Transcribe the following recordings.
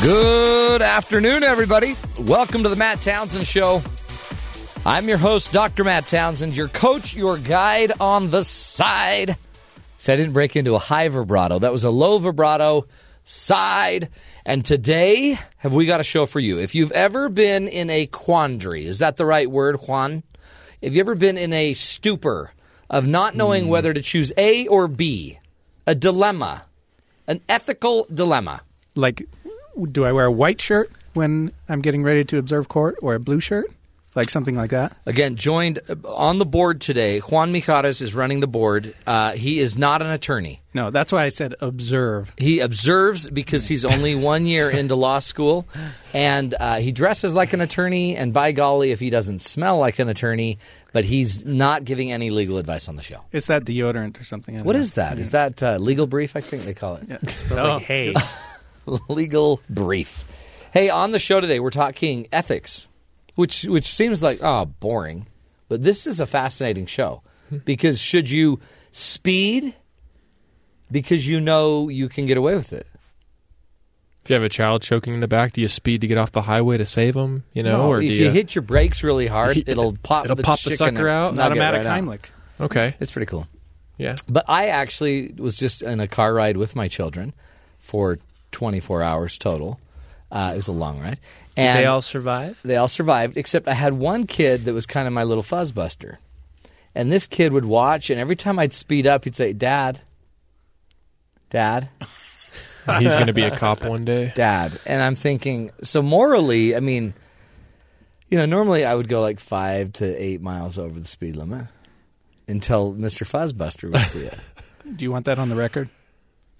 Good afternoon, everybody. Welcome to the Matt Townsend Show. I'm your host, Dr. Matt Townsend, your coach, your guide on the side. See, I didn't break into a high vibrato. That was a low vibrato side. And today, have we got a show for you? If you've ever been in a quandary, is that the right word, Juan? Have you ever been in a stupor of not knowing whether to choose A or B? A dilemma, an ethical dilemma. like do i wear a white shirt when i'm getting ready to observe court or a blue shirt like something like that Again, joined uh, on the board today. Juan Mijares is running the board. Uh, he is not an attorney. no that's why i said observe He observes because he's only one year into law school, and uh, he dresses like an attorney. And by golly, if he doesn't smell like an attorney, but he's not giving any legal advice on the show. it's that deodorant or something What is that? Is that uh, legal brief? I think they call it oh. hey, legal brief. Hey, on the show today, we're talking ethics, which which seems like oh boring, but this is a fascinating show Hmm. because should you speed because you know you can get away with it? If you have a child choking in the back, do you speed to get off the highway to save them? You know, if or do you you, hit your brakes really hard, it'll pop. it'll the pop the chicken sucker out? nugget automatic right out. heimlich Okay, It's pretty cool. yeah. But I actually was just in a car ride with my children for 24 hours total. Uh, it was a long ride. And they all survive. they all survived except i had one kid that was kind of my little fuzzbuster and this kid would watch and every time i'd speed up he'd say dad dad He's going to be a cop one day. dad and i'm thinking so morally i mean you know normally i would go like five to eight miles over the speed limit until mr fuzzbuster would see it do you want that on the record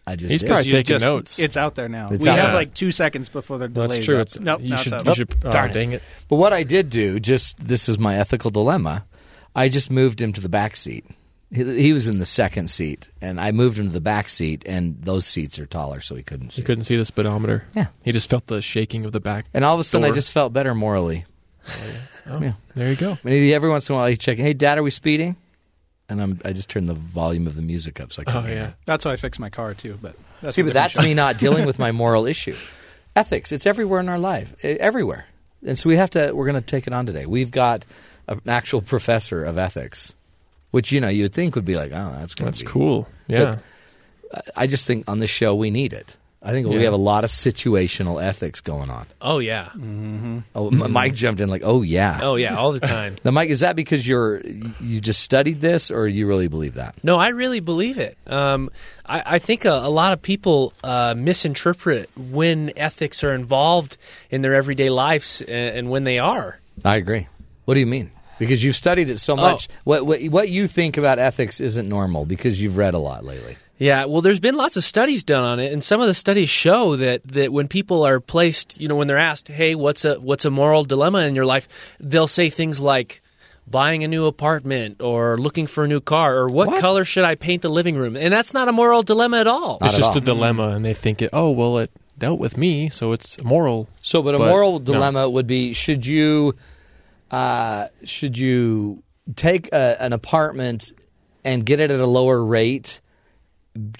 i just He's did. probably You taking just- notes. it's out there now It's we out have there. like two seconds before the delay That's true. up. It's nope you now should. it's You out. should. oh, darn it. dang it! But what I did do, just this is my ethical dilemma. I just moved him to the back seat. He, he was in the second seat, and I moved him to the back seat, and those seats are taller, so he couldn't see. He couldn't see the speedometer. Yeah. He just felt the shaking of the back. and all of a sudden, I Door. just felt better morally. Oh, There you go. I mean, every once in a while, he's checking, "Hey, Dad, are we speeding?" And I'm, I just turned the volume of the music up so I could. Oh yeah. that's how i fix my car too but that's See, a but different that's show. me not dealing with my moral issue. Ethics, it's everywhere in our life, e- everywhere. And so we have to, we're going to take it on today. We've got an actual professor of ethics, which, you know, you would think would be like, oh, that's going to That's be. cool. Yeah. I just think on this show, we need it. I think we Yeah. have a lot of situational ethics going on. Oh yeah, Oh, M- Mike jumped in like, oh, yeah. oh yeah, all the time. Now, Mike, is that because you're, you just studied this or you really believe that? No, I really believe it. Um, I, I think a, a lot of people uh, misinterpret when ethics are involved in their everyday lives and, and when they are. I agree. What do you mean? Because you've studied it so much. What, what, what you think about ethics isn't normal because you've read a lot lately. Yeah, well, there's been lots of studies done on it, and some of the studies show that, that when people are placed, you know, when they're asked, "Hey, what's a what's a moral dilemma in your life?" they'll say things like buying a new apartment or looking for a new car or what, What? color should I paint the living room? And that's not a moral dilemma at all. Not It's at just all. a dilemma, and they think it. Oh well, it dealt with me, so it's moral. So, but a But, moral no. dilemma would be: should you, uh, should you take a, an apartment and get it at a lower rate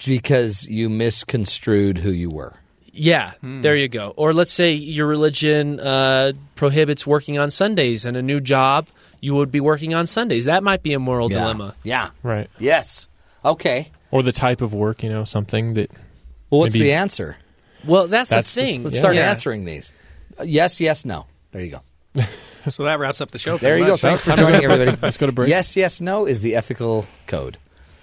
because you misconstrued who you were? Yeah, there you go. Or let's say your religion uh, prohibits working on Sundays, and a new job you would be working on Sundays. That might be a moral dilemma. Yeah. Right. Yes. Okay. Or the type of work. You know, something that. Well, what's Maybe- the answer? Well, that's, That's the the- thing. Let's Yeah. start Yeah. answering these. Uh, yes. Yes. No. There you go. so that wraps up the show There pretty you go. much. Thanks for joining, everybody. Let's go to break. Yes, yes, no is the ethical code.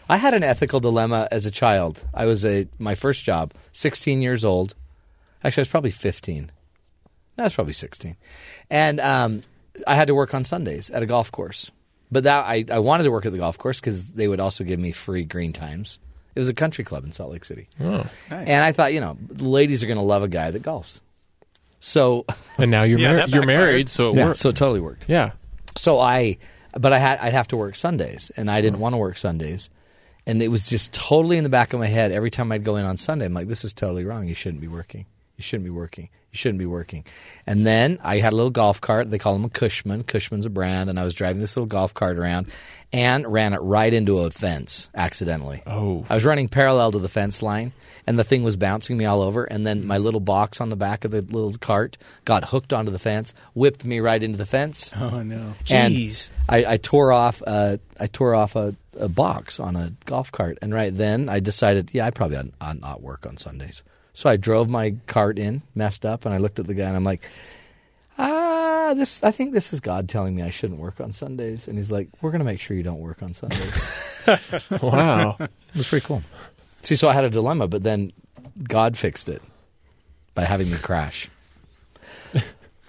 I had an ethical dilemma as a child. I was a my first job, 16 years old. Actually, I was probably 15. No, I was probably 16, and um, I had to work on Sundays at a golf course. But that I, I wanted to work at the golf course because they would also give me free green times. It was a country club in Salt Lake City, Oh. and I thought, you know, the ladies are going to love a guy that golfs. So, And now you're Yeah, mar- that you're backfired. married, so it yeah, works. so it totally worked. yeah. So I, but I had I'd have to work Sundays, and I didn't want to work Sundays, And it was just totally in the back of my head every time I'd go in on Sunday. I'm like, this is totally wrong. You shouldn't be working. You shouldn't be working. You shouldn't be working. And then I had a little golf cart. They call them a Cushman. Cushman's a brand. And I was driving this little golf cart around and ran it right into a fence accidentally. Oh. I was running parallel to the fence line, and the thing was bouncing me all over. And then my little box on the back of the little cart got hooked onto the fence, whipped me right into the fence. Oh no. Jeez. And I, I tore off uh, I tore off a, a box on a golf cart, and right then I decided, yeah, I probably ought, ought not work on Sundays. So I drove my cart in, messed up, and I looked at the guy, and I'm like, ah, this. I think this is God telling me I shouldn't work on Sundays, and he's like, we're going to make sure you don't work on Sundays. Wow. it was pretty cool. See, so I had a dilemma, but then God fixed it by having me crash.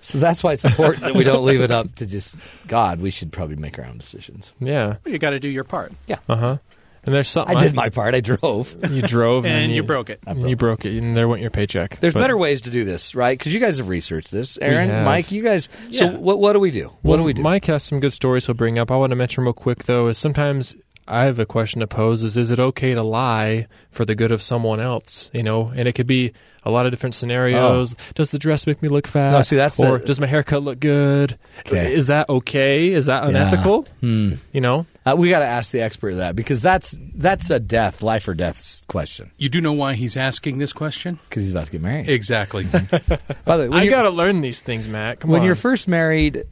So that's why it's important that we don't leave it up to just God. We should probably make our own decisions. yeah. You got to do your part, Uh huh. And there's something I did my part. I drove. You drove and, and, you, broke it. I and you broke it, and there went your paycheck. There's But better ways to do this, right? Because you guys have researched this. Aaron, have. Mike, you guys. Yeah. So what, what do we do? What do Well, we do? Mike has some good stories he'll bring up. I want to mention real quick though is sometimes I have a question to pose: is is it okay to lie for the good of someone else? You know, and it could be a lot of different scenarios. Does the dress make me look fat? Oh. No, see, that's the- or does my haircut look good? Okay. Is that okay? Is that unethical? Hmm. You know, Uh, we got to ask the expert of that because that's that's a death, life or death s- question. You do know why he's asking this question? Because he's about to get married. Exactly. By the way, when I you're, got to learn these things, Matt. Come when on, you're first married,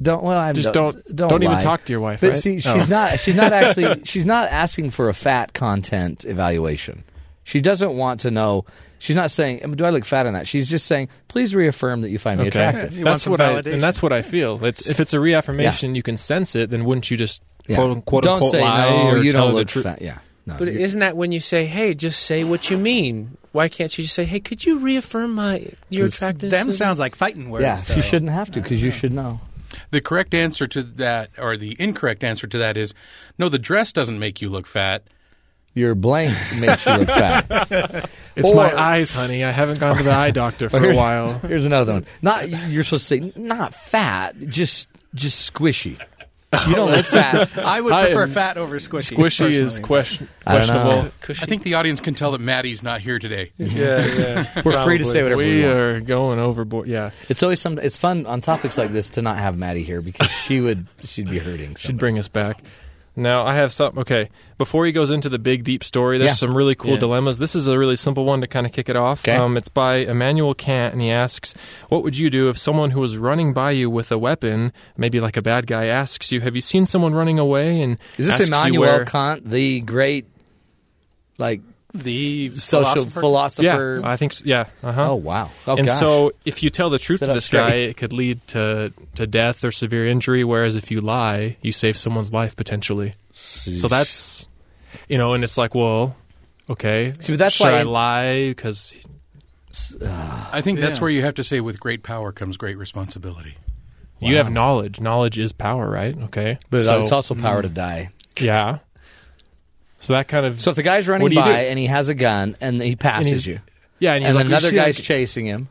don't well, I just don't don't even lie. talk to your wife. But right? see, she's Oh. not. She's not actually. she's not asking for a fat content evaluation. She doesn't want to know. She's not saying, "Do I look fat on that?" She's just saying, "Please reaffirm that you find me attractive." You want that's some what I validation. and that's what I feel. It's, if it's a reaffirmation, you can sense it. Then wouldn't you just Yeah. quote unquote don't unquote say lie no, or you tell don't the look truth? fat. Yeah, no. But you- isn't that when you say, "Hey, just say what you mean"? Why can't you just say, "Hey, could you reaffirm my your 'Cause attractiveness?" Them sounds like fighting words. yeah, though. you shouldn't have to because you should know. the correct answer to that, or the incorrect answer to that, is no, the dress doesn't make you look fat. Your blank makes you look fat. It's Or- my eyes, honey. I haven't gone to the eye doctor for a here's, while. Here's another one. Not you're supposed to say not fat, just just squishy. You don't look fat. I would I prefer am- fat over squishy. Squishy is personally. question, I don't know. questionable. I think the audience can tell that Maddie's not here today. Yeah, yeah. We're free to say whatever we, we want. are going overboard. Yeah, It's always some. It's fun on topics like this to not have Maddie here because she would she'd be hurting. should bring us back. Now I have some. Okay, before he goes into the big deep story, there's Yeah. some really cool Yeah. dilemmas. This is a really simple one to kind of kick it off. Okay. Um, it's by Immanuel Kant, and he asks, "What would you do if someone who was running by you with a weapon, maybe like a bad guy, asks you, have you seen someone running away?' And Is this asks you Immanuel where- Kant, the great like the social philosopher. philosopher? Yeah, I think. So, yeah. Uh huh. oh wow! Oh and gosh. so, if you tell the truth Sit to up this straight. guy, it could lead to, to death or severe injury. Whereas if you lie, you save someone's life potentially. So that's, you know, and it's like, well, okay. See, but that's should why- I lie because I think that's Yeah. where you have to say, with great power comes great responsibility. you have knowledge. Knowledge is power, right? Okay, but so, Hmm. it's also power to die. yeah. So that kind of So if the guy's running What do you by do? and he has a gun and he passes he's- you, yeah, and, he's and like, another you see, guy's like, chasing him,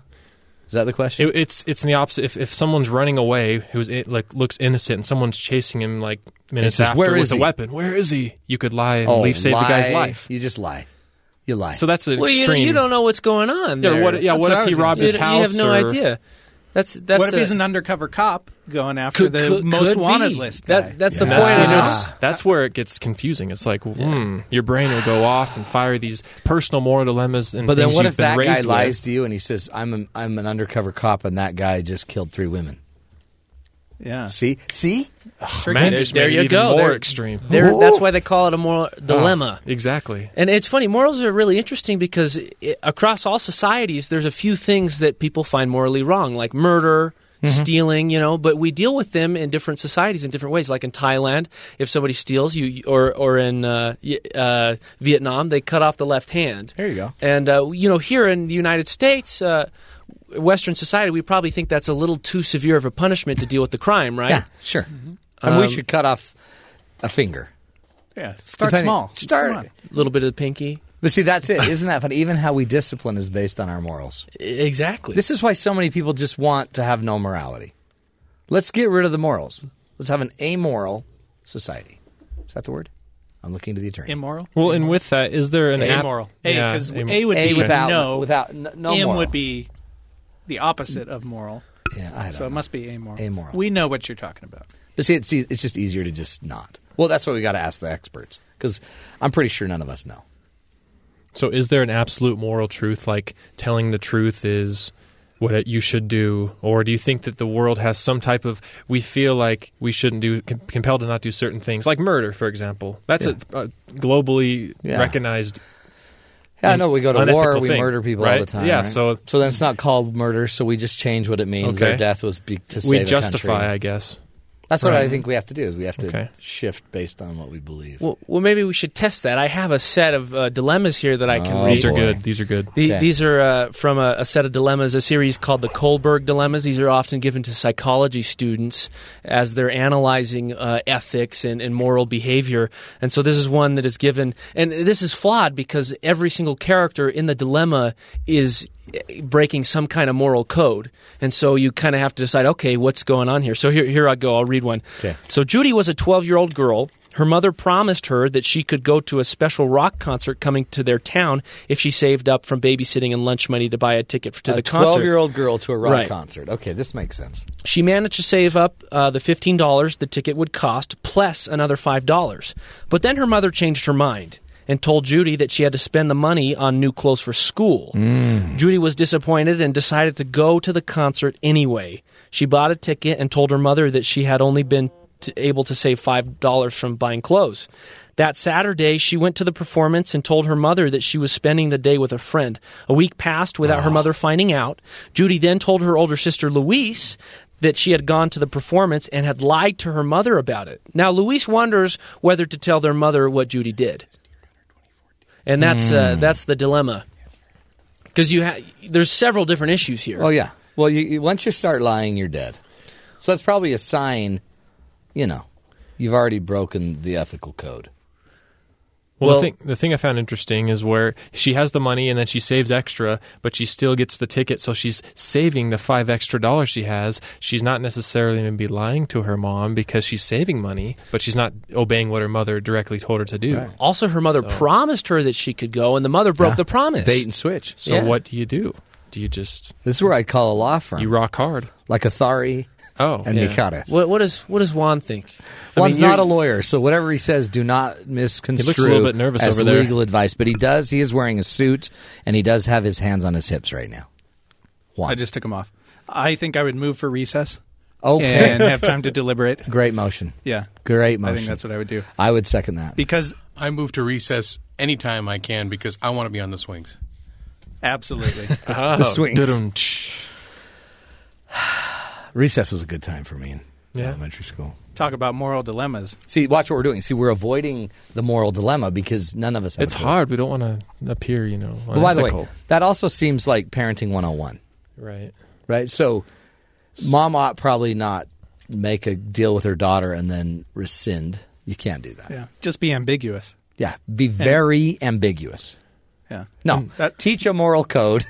is that the question? It, it's it's in the opposite. If, if someone's running away, who's in, like looks innocent, and someone's chasing him like minutes says, after "Where with is a he?" weapon, where is he? You could lie and leave save the guy's Oh, lie. life. You just lie. You lie. So that's an Well, you, extreme. you don't know what's going on. Yeah, there. what, yeah, That's what what I if he was robbed gonna his you, house? you have no or- idea. That's that's What if a- he's an undercover cop going after could- the could- most could wanted be. list? Guy? That, that's Yeah. the And that's, point. when of it's- this. that's where it gets confusing. It's like, hmm, your brain will go off and fire these personal moral dilemmas and but then things what you've if been that guy raised lies with. to you and he says, "I'm a, I'm an undercover cop and that guy just killed three women." yeah. See, see, Tricky. Man, There- just there made it you even go. More There- extreme. There- that's why they call it a moral dilemma. Ah, Exactly. And it's funny, morals are really interesting because i across all societies, there's a few things that people find morally wrong, like murder, Mm-hmm. stealing, you know, but we deal with them in different societies in different ways. Like in Thailand, if somebody steals you, or, or in uh, y- uh, Vietnam, they cut off the left hand. There you go. And, uh, you know, here in the United States, uh, Western society, we probably think that's a little too severe of a punishment to deal with the crime, right? yeah, sure. And we Um, should cut off a finger. Yeah. Start Depending- small. Come Start. on. A little bit of the pinky. But see, that's it. Isn't that funny? Even how we discipline is based on our morals. I- Exactly. This is why so many people just want to have no morality. Let's get rid of the morals. Let's have an amoral society. Is that the word? I'm looking to the attorney. Immoral. Well, and with that, is there an app- amoral. A Yeah, because am- A would A be without no. without n- no M moral. would be the opposite of moral. yeah, I don't So it know. must be amoral. Amoral. We know what you're talking about. But see, it's, e- it's just easier to just not. Well, that's why we got to ask the experts because I'm pretty sure none of us know. So, is there an absolute moral truth? Like telling the truth is what it, you should do, or do you think that the world has some type of we feel like we shouldn't do com- compelled to not do certain things, like murder, for example? That's a, a globally Yeah. recognized. Yeah, I know we go to Unethical war, we thing, murder people all right? the time. Yeah, right? so- so then it's not called murder. So we just change what it means. Their Okay. death was be- to save we a justify, country. I guess. That's what I Right. think we have to do is we have to Okay. shift based on what we believe. Well, well, maybe we should test that. I have a set of uh, dilemmas here that I can Oh, read. These are boy. good. These are good. The, Okay. These are uh, from a, a set of dilemmas, a series called the Kohlberg Dilemmas. These are often given to psychology students as they're analyzing uh, ethics and, and moral behavior. And so this is one that is given, and this is flawed because every single character in the dilemma is eh, breaking some kind of moral code. And so you kind of have to decide, okay, what's going on here? So here, here I go. I'll read one. Okay. So Judy was a 12 year old girl. Her mother promised her that she could go to a special rock concert coming to their town if she saved up from babysitting and lunch money to buy a ticket to a the concert. twelve-year-old girl to a rock Right. concert. Okay, this makes sense. She managed to save up uh, the fifteen dollars the ticket would cost, plus another five dollars. But then her mother changed her mind and told Judy that she had to spend the money on new clothes for school. Mm. Judy was disappointed and decided to go to the concert anyway. She bought a ticket and told her mother that she had only been t- able to save five dollars from buying clothes. That Saturday, she went to the performance and told her mother that she was spending the day with a friend. A week passed without her mother finding out. Judy then told her older sister Louise that she had gone to the performance and had lied to her mother about it. Now, Louise wonders whether to tell their mother what Judy did. And that's uh, that's the dilemma. Because you ha- there's several different issues here. Oh yeah. Well, you, you, once you start lying, you're dead. So that's probably a sign, you know, you've already broken the ethical code. Well, Well- the, thing, the thing I found interesting is where she has the money and then she saves extra, but she still gets the ticket, so she's saving the five extra dollars she has. She's not necessarily going to be lying to her mom because she's saving money, but she's not obeying what her mother directly told her to do. Also, her mother promised her that she could go, and the mother broke the promise. Bait and switch. So Yeah. what do you do? Do you just This is where I call a law firm, you rock hard? like Athari Oh, and yeah. Mikatis. What, what, is, what does Juan think? I Juan's mean, you're- not a lawyer, so whatever he says, do not misconstrue. He looks a little bit nervous as over there. legal advice, but he does. He is wearing a suit, and he does have his hands on his hips right now. Juan. I just took them off. I think I would move for recess okay. and have time to deliberate. Great motion. Yeah. Great I motion. think that's what I would do. I would second that. Because I move to recess anytime I can because I want to be on the swings. absolutely. Oh, swings. dudum, tsh. Recess was a good time for me in Yeah. elementary school. Talk about moral dilemmas. See, watch what we're doing. See, we're avoiding the moral dilemma because none of us. Have It's a clue. hard. We don't want to appear, you know. But by the way, unethical. that also seems like parenting 101, right? right? So, mom ought probably not make a deal with her daughter and then rescind. You can't do that. Yeah. Just be ambiguous. Yeah, be very ambiguous. Yeah. No, That- teach a moral code,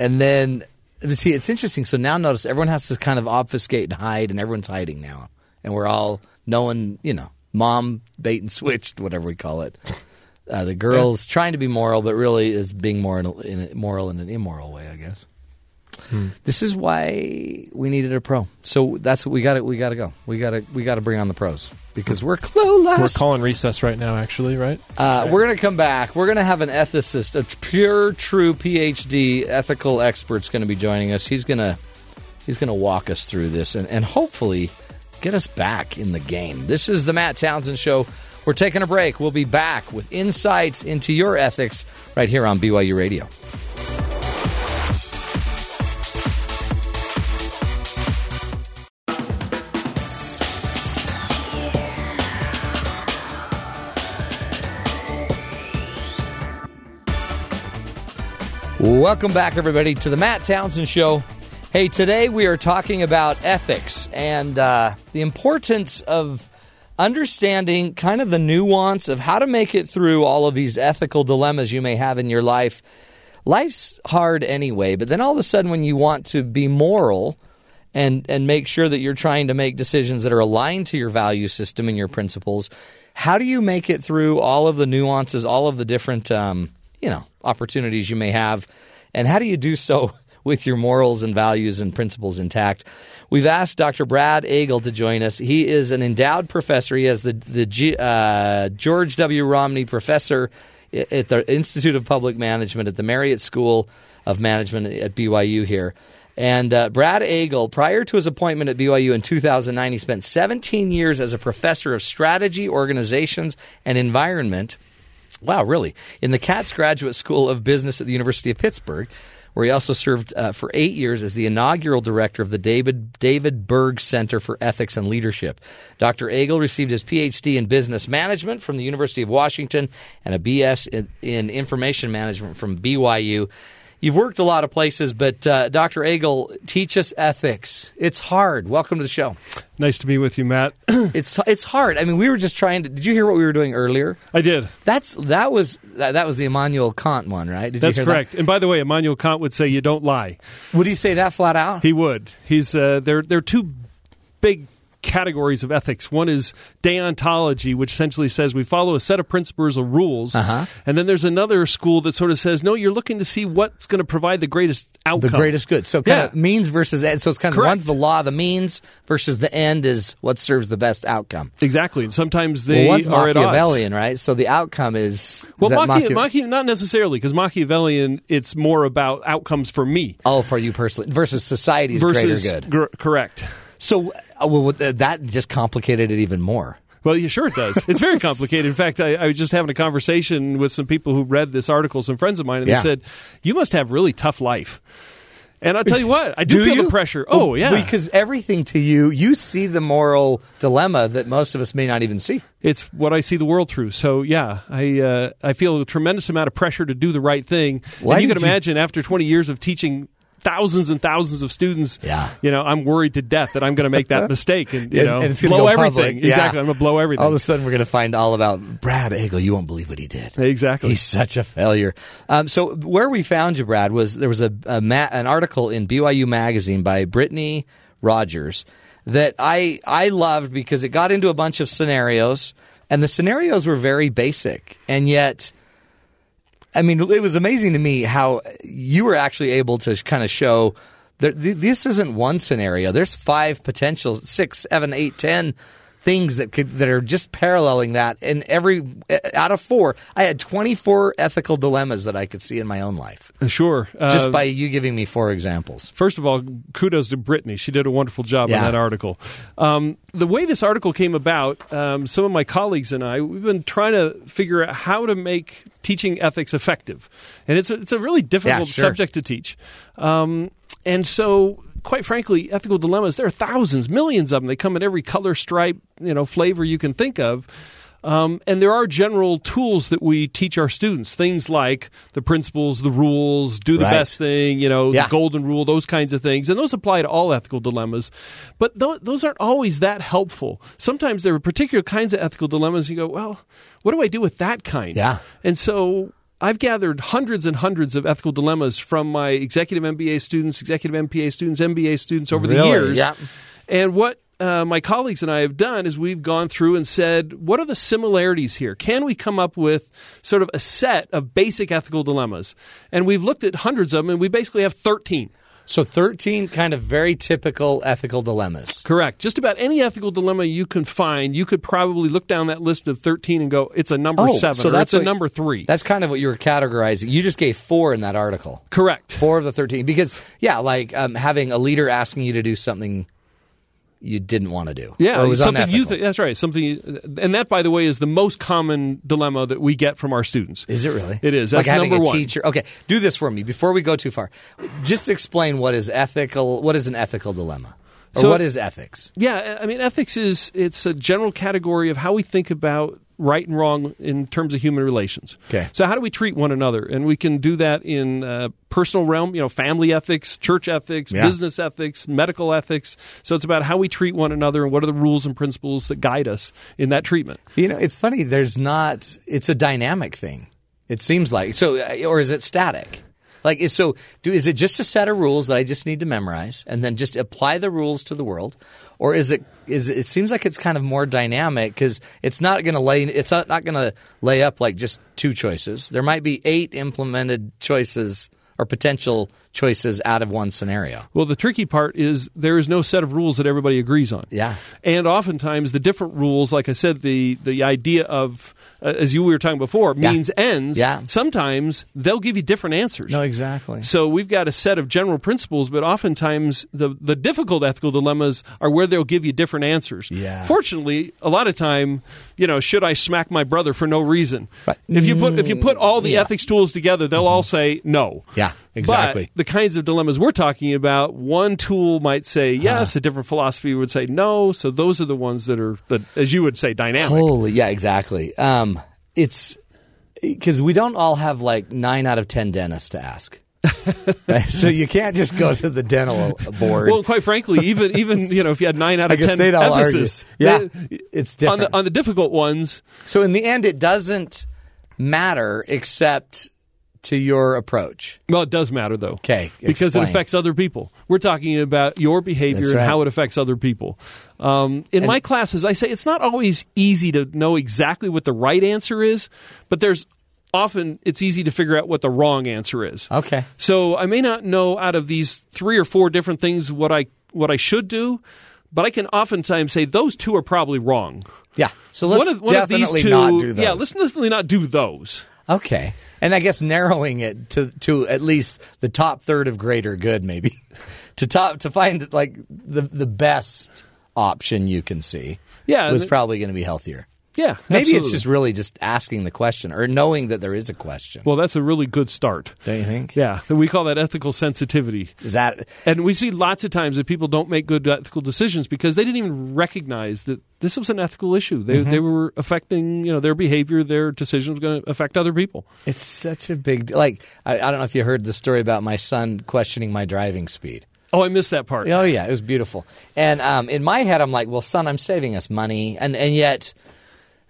and then see. It's interesting. So now notice everyone has to kind of obfuscate and hide, and everyone's hiding now, and we're all no one, you know, mom bait and switched, whatever we call it. Uh, the girl's trying to be moral, but really is being more in a, in a moral in an immoral way, I guess. This is why we needed a pro. So that's what we got. to We got to go. We got to. We got to bring on the pros because we're clueless. We're calling recess right now, actually, right? Uh, We're going to come back. We're going to have an ethicist, a pure, true PhD ethical expert's going to be joining us. He's going to he's going to walk us through this and, and hopefully get us back in the game. This is the Matt Townsend Show. We're taking a break. We'll be back with insights into your ethics right here on BYU Radio. Welcome back, everybody, to the Matt Townsend Show. Hey, today we are talking about ethics and uh, the importance of understanding kind of the nuance of how to make it through all of these ethical dilemmas you may have in your life. Life's hard anyway, but then all of a sudden, when you want to be moral and and make sure that you're trying to make decisions that are aligned to your value system and your principles. How do you make it through all of the nuances, all of the different um, you know opportunities you may have, and how do you do so? With your morals and values and principles intact. We've asked Dr. Brad Agle to join us. He is an endowed professor. He has the, the G, uh, George W. Romney Professor at the Institute of Public Management at the Marriott School of Management at BYU here. And uh, Brad Agle, prior to his appointment at BYU in 2009, he spent 17 years as a professor of strategy, organizations, and environment. Wow, really? In the Katz Graduate School of Business at the University of Pittsburgh, where he also served uh, for eight years as the inaugural director of the David David Berg Center for Ethics and Leadership. Dr. Agle received his PhD in business management from the University of Washington and a BS in, in information management from BYU. You've worked a lot of places, but uh, Dr. Agle, teach us ethics. It's hard. Welcome to the show. Nice to be with you, Matt. it's it's hard. I mean, we were just trying to. Did you hear what we were doing earlier? I did. That's that was that, that was the Immanuel Kant one, right? Did That's you hear that? correct. And by the way, Immanuel Kant would say you don't lie. Would he say that flat out? He would. He's uh, there. There are two big categories of ethics. One is deontology, which essentially says we follow a set of principles or rules, Uh-huh. and then there's another school that sort of says no, you're looking to see what's going to provide the greatest the outcome. greatest good. So kind Yeah. of means versus end. So it's kind of Correct. one's the law, of the means versus the end is what serves the best outcome. Exactly. And sometimes Well, they one's are at odds. Machiavellian, right? So the outcome is, is Well, that Machia- Machia- Machia- not necessarily, because Machiavellian, it's more about outcomes for me oh for you personally versus society's versus greater good. gr- correct. So uh, well, th- that just complicated it even more. Well, yeah, sure it does. It's very complicated. In fact, I, I was just having a conversation with some people who read this article, some friends of mine, and Yeah. they said, "You must have really tough life." And I'll tell you what, I do, feel the pressure. Oh, yeah, because everything to you, you see the moral dilemma that most of us may not even see. it's what I see the world through. So yeah, I uh, I feel a tremendous amount of pressure to do the right thing. Why and you did can you- imagine after 20 years of teaching thousands and thousands of students Yeah. you know i'm worried to death that i'm going to make that mistake and you And- know and it's gonna blow go everything public. Yeah. exactly i'm going to blow everything All of a sudden, we're going to find all about Brad Eagle. You won't believe what he did. Exactly. He's such a failure. Um, so where we found you, Brad, was there was a, a ma- an article in BYU magazine by Brittany Rogers that I I loved because it got into a bunch of scenarios, and the scenarios were very basic, and yet. I mean, it was amazing to me how you were actually able to kind of show that th- this isn't one scenario. There's five potential, six, seven, eight, ten things that could that are just paralleling that. And every eh, out of four, I had 24 ethical dilemmas that I could see in my own life sure just Uh, by you giving me four examples. First of all, kudos to Brittany. She did a wonderful job Yeah. on that article. Um, the way this article came about, um, some of my colleagues and I, we've been trying to figure out how to make teaching ethics effective. And it's a, it's a really difficult sure. subject to teach. Um, and so, quite frankly, ethical dilemmas, there are thousands, millions of them. They come in every color, stripe, you know, flavor you can think of. Um, and there are general tools that we teach our students, things like the principles, the rules, do the Right. best thing, you know, Yeah. the golden rule, those kinds of things. And those apply to all ethical dilemmas. But th- those aren't always that helpful. Sometimes there are particular kinds of ethical dilemmas. You go, well, what do I do with that kind? Yeah. And so I've gathered hundreds and hundreds of ethical dilemmas from my executive MBA students, executive MPA students, MBA students over the Really? years. Yeah. And what uh, my colleagues and I have done is we've gone through and said, what are the similarities here? Can we come up with sort of a set of basic ethical dilemmas? And we've looked at hundreds of them, and we basically have 13. So 13 kind of very typical ethical dilemmas. Correct. Just about any ethical dilemma you can find, you could probably look down that list of 13 and go, it's a number seven, or it's a what- number three. Oh, That's kind of what you were categorizing. You just gave four in that article. Correct. four of the 13 because yeah like um, having a leader asking you to do something you didn't want to do Yeah, or it was something you unethical. think. That's right. Something, and that, by the way, is the most common dilemma that we get from our students. is it really It is. like That's having number a one. teacher okay do this for me before we go too far just explain what is ethical what is an ethical dilemma or So- what is ethics Yeah, I mean, ethics is it's a general category of how we think about right and wrong in terms of human relations. Okay. So how do we treat one another? And we can do that in uh, personal realm, you know, family ethics, church ethics, Yeah. business ethics, medical ethics. So it's about how we treat one another and what are the rules and principles that guide us in that treatment. you know it's funny there's not it's a dynamic thing it seems like so uh, or is it static Like, is- so do, is it just a set of rules that I just need to memorize and then just apply the rules to the world, or is it? Is it seems like it's kind of more dynamic because it's not going to lay it's not, not going to lay up like just two choices. There might be eight implemented choices or potential choices out of one scenario. Well, the tricky part is there is no set of rules that everybody agrees on. Yeah. And oftentimes the different rules, like I said, the the idea of uh, as you were talking before, Yeah. means ends. Yeah. Sometimes they'll give you different answers. exactly. So we've got a set of general principles, but oftentimes the, the difficult ethical dilemmas are where they'll give you different answers. Yeah. Fortunately, a lot of time, you know, should I smack my brother for no reason? Right. If you put if you put all the Mm, Yeah. Mm-hmm. ethics tools together, they'll all say no. Yeah, exactly. But the kinds of dilemmas we're talking about, one tool might say yes, a different philosophy would say no. So those are the ones that are the as you would say dynamic. Holy, yeah, exactly. Um, it's because we don't all have like nine out of ten dentists to ask, Right? so you can't just go to the dental board. Well, quite frankly, even even you know if you had nine out I of guess ten they'd all argue. ethicists, Yeah, they- it's on different. the on the difficult ones. so in the end, it doesn't matter except to your approach. Well, it does matter though. Okay, Because explain. it affects other people. We're talking about your behavior That's and right. how it affects other people. Um, in my classes, I say it's not always easy to know exactly what the right answer is, but there's often it's easy to figure out what the wrong answer is. Okay. So I may not know out of these three or four different things what I what I should do, but I can oftentimes say those two are probably wrong. Yeah. So let's one of, one of definitely these two, not do those. Yeah, let's definitely not do those. Okay. And I guess narrowing it to, to at least the top third of greater good, maybe to top to find like the the best option you can see. Yeah, was and- probably going to be healthier. Yeah, Maybe it's absolutely. just really just asking the question or knowing that there is a question. well, that's a really good start. Don't you think? Yeah, we call that ethical sensitivity. Is that And we see lots of times that people don't make good ethical decisions because they didn't even recognize that this was an ethical issue. They, Mm-hmm. they were affecting, you know, their behavior, their decision was going to affect other people. It's such a big like I, I don't know if you heard the story about my son questioning my driving speed. Oh, I missed that part. Oh yeah, it was beautiful. And um, in my head, I'm like, well, son, I'm saving us money, and and yet,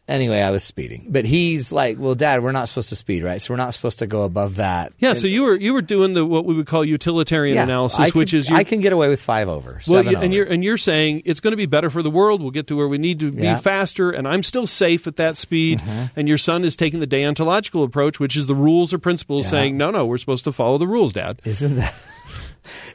anyway, I was speeding. But he's like, well, dad, we're not supposed to speed, right? So we're not supposed to go above that. Yeah, so you were you were doing the what we would call utilitarian Yeah, analysis, I can- which is you I can get away with five over. well, Seven you, and over. you're and you're saying it's going to be better for the world. We'll get to where we need to Yeah. Mm-hmm. be faster, and I'm still safe at that speed. And your son is taking the deontological approach, which is the rules or principles, saying no, no, we're supposed to follow the rules, Dad. Isn't that?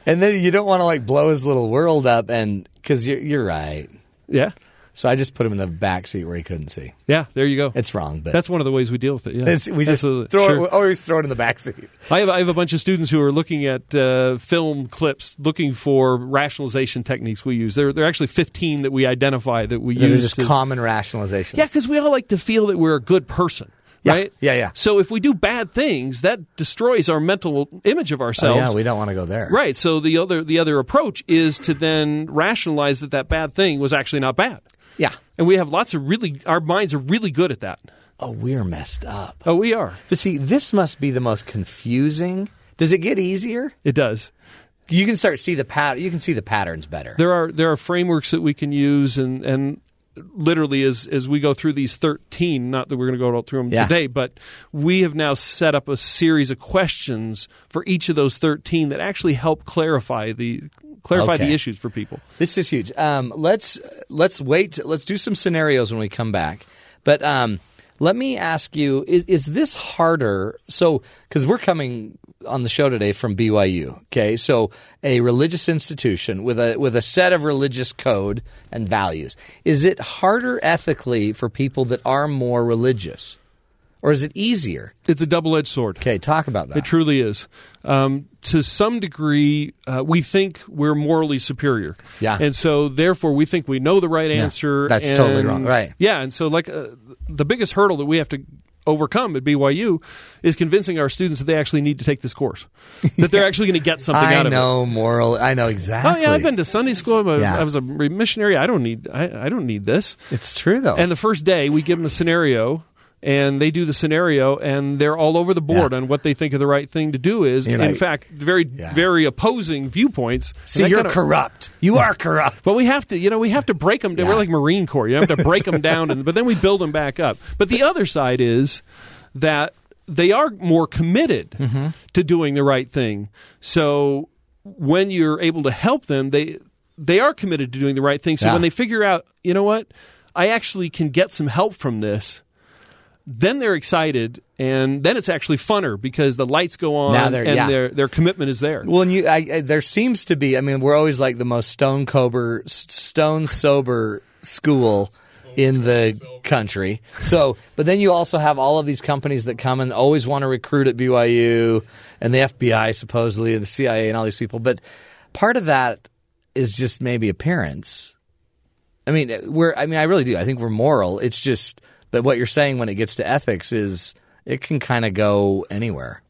and then you don't want to like blow his little world up, and because you're you're right. Yeah, So I just put him in the back seat where he couldn't see. yeah. There you go. It's wrong, but That's one of the ways we deal with it. Yeah, it's, we just Absolutely. throw Sure. it, we always throw it in the back seat. I have I have a bunch of students who are looking at uh, film clips, looking for rationalization techniques we use. There there are actually fifteen that we identify that we They're use. just to- common rationalizations. yeah, because we all like to feel that we're a good person, Yeah. right? Yeah, yeah. So if we do bad things, that destroys our mental image of Oh, ourselves. yeah, we don't want to go there. Right. So the other the other approach is to then rationalize that that bad thing was actually not bad. Yeah. And we have lots of really our minds are really good at that. Oh, we're messed up. Oh, we are. But see, this must be the most confusing. Does it get easier? It does. You can start see the pat. You can see the patterns better. there are there are frameworks that we can use and and literally as as we go through these 13 not that we're going to go through them Yeah. today but we have now set up a series of questions for each of those 13 that actually help clarify the clarify Okay. the issues for people This is huge. Um, let's let's wait. Let's do some scenarios when we come back. But um, let me ask you: Is, is this harder? So, because we're coming on the show today from BYU, okay? So, a religious institution with a with a set of religious code and values. Is it harder ethically for people that are more religious, or is it easier? it's a double-edged sword Okay, talk about that. It truly is. Um, to some degree, uh, we think we're morally superior. Yeah. And so, therefore, we think we know the right answer. that's and- totally wrong. Right. Yeah. And so, like, uh, the biggest hurdle that we have to overcome at BYU is convincing our students that they actually need to take this course, that they're actually going to get something I out of it. know moral. I know exactly. Oh yeah, I've been to Sunday school. I'm a, Yeah. I was a missionary. I don't need. I, I don't need this. It's true though. And the first day, we give them a scenario, and they do the scenario, and they're all over the board Yeah. on what they think of the right thing to do is. You're in like- fact, very, very opposing viewpoints. And see, that you're kinda- corrupt. You are corrupt. But we have to, you know, we have to break them down. Yeah. We're like Marine Corps. You have to break them down, and, but then we build them back up. But the other side is that they are more committed Mm-hmm. to doing the right thing. So when you're able to help them, they they are committed to doing the right thing. So Yeah. when they figure out, you know what, I actually can get some help from this, then they're excited, and then it's actually funner because the lights go on Now they're- and yeah. their their commitment is there. Well, and you, I, I, there seems to be. I mean, we're always like the most stone sober, stone sober school in the country. So, but then you also have all of these companies that come and always want to recruit at BYU and the FBI supposedly and the CIA and all these people. But part of that is just maybe appearance. I mean, we're. I mean, I really do. I think we're moral. It's just, but what you're saying when it gets to ethics is it can kind of go anywhere.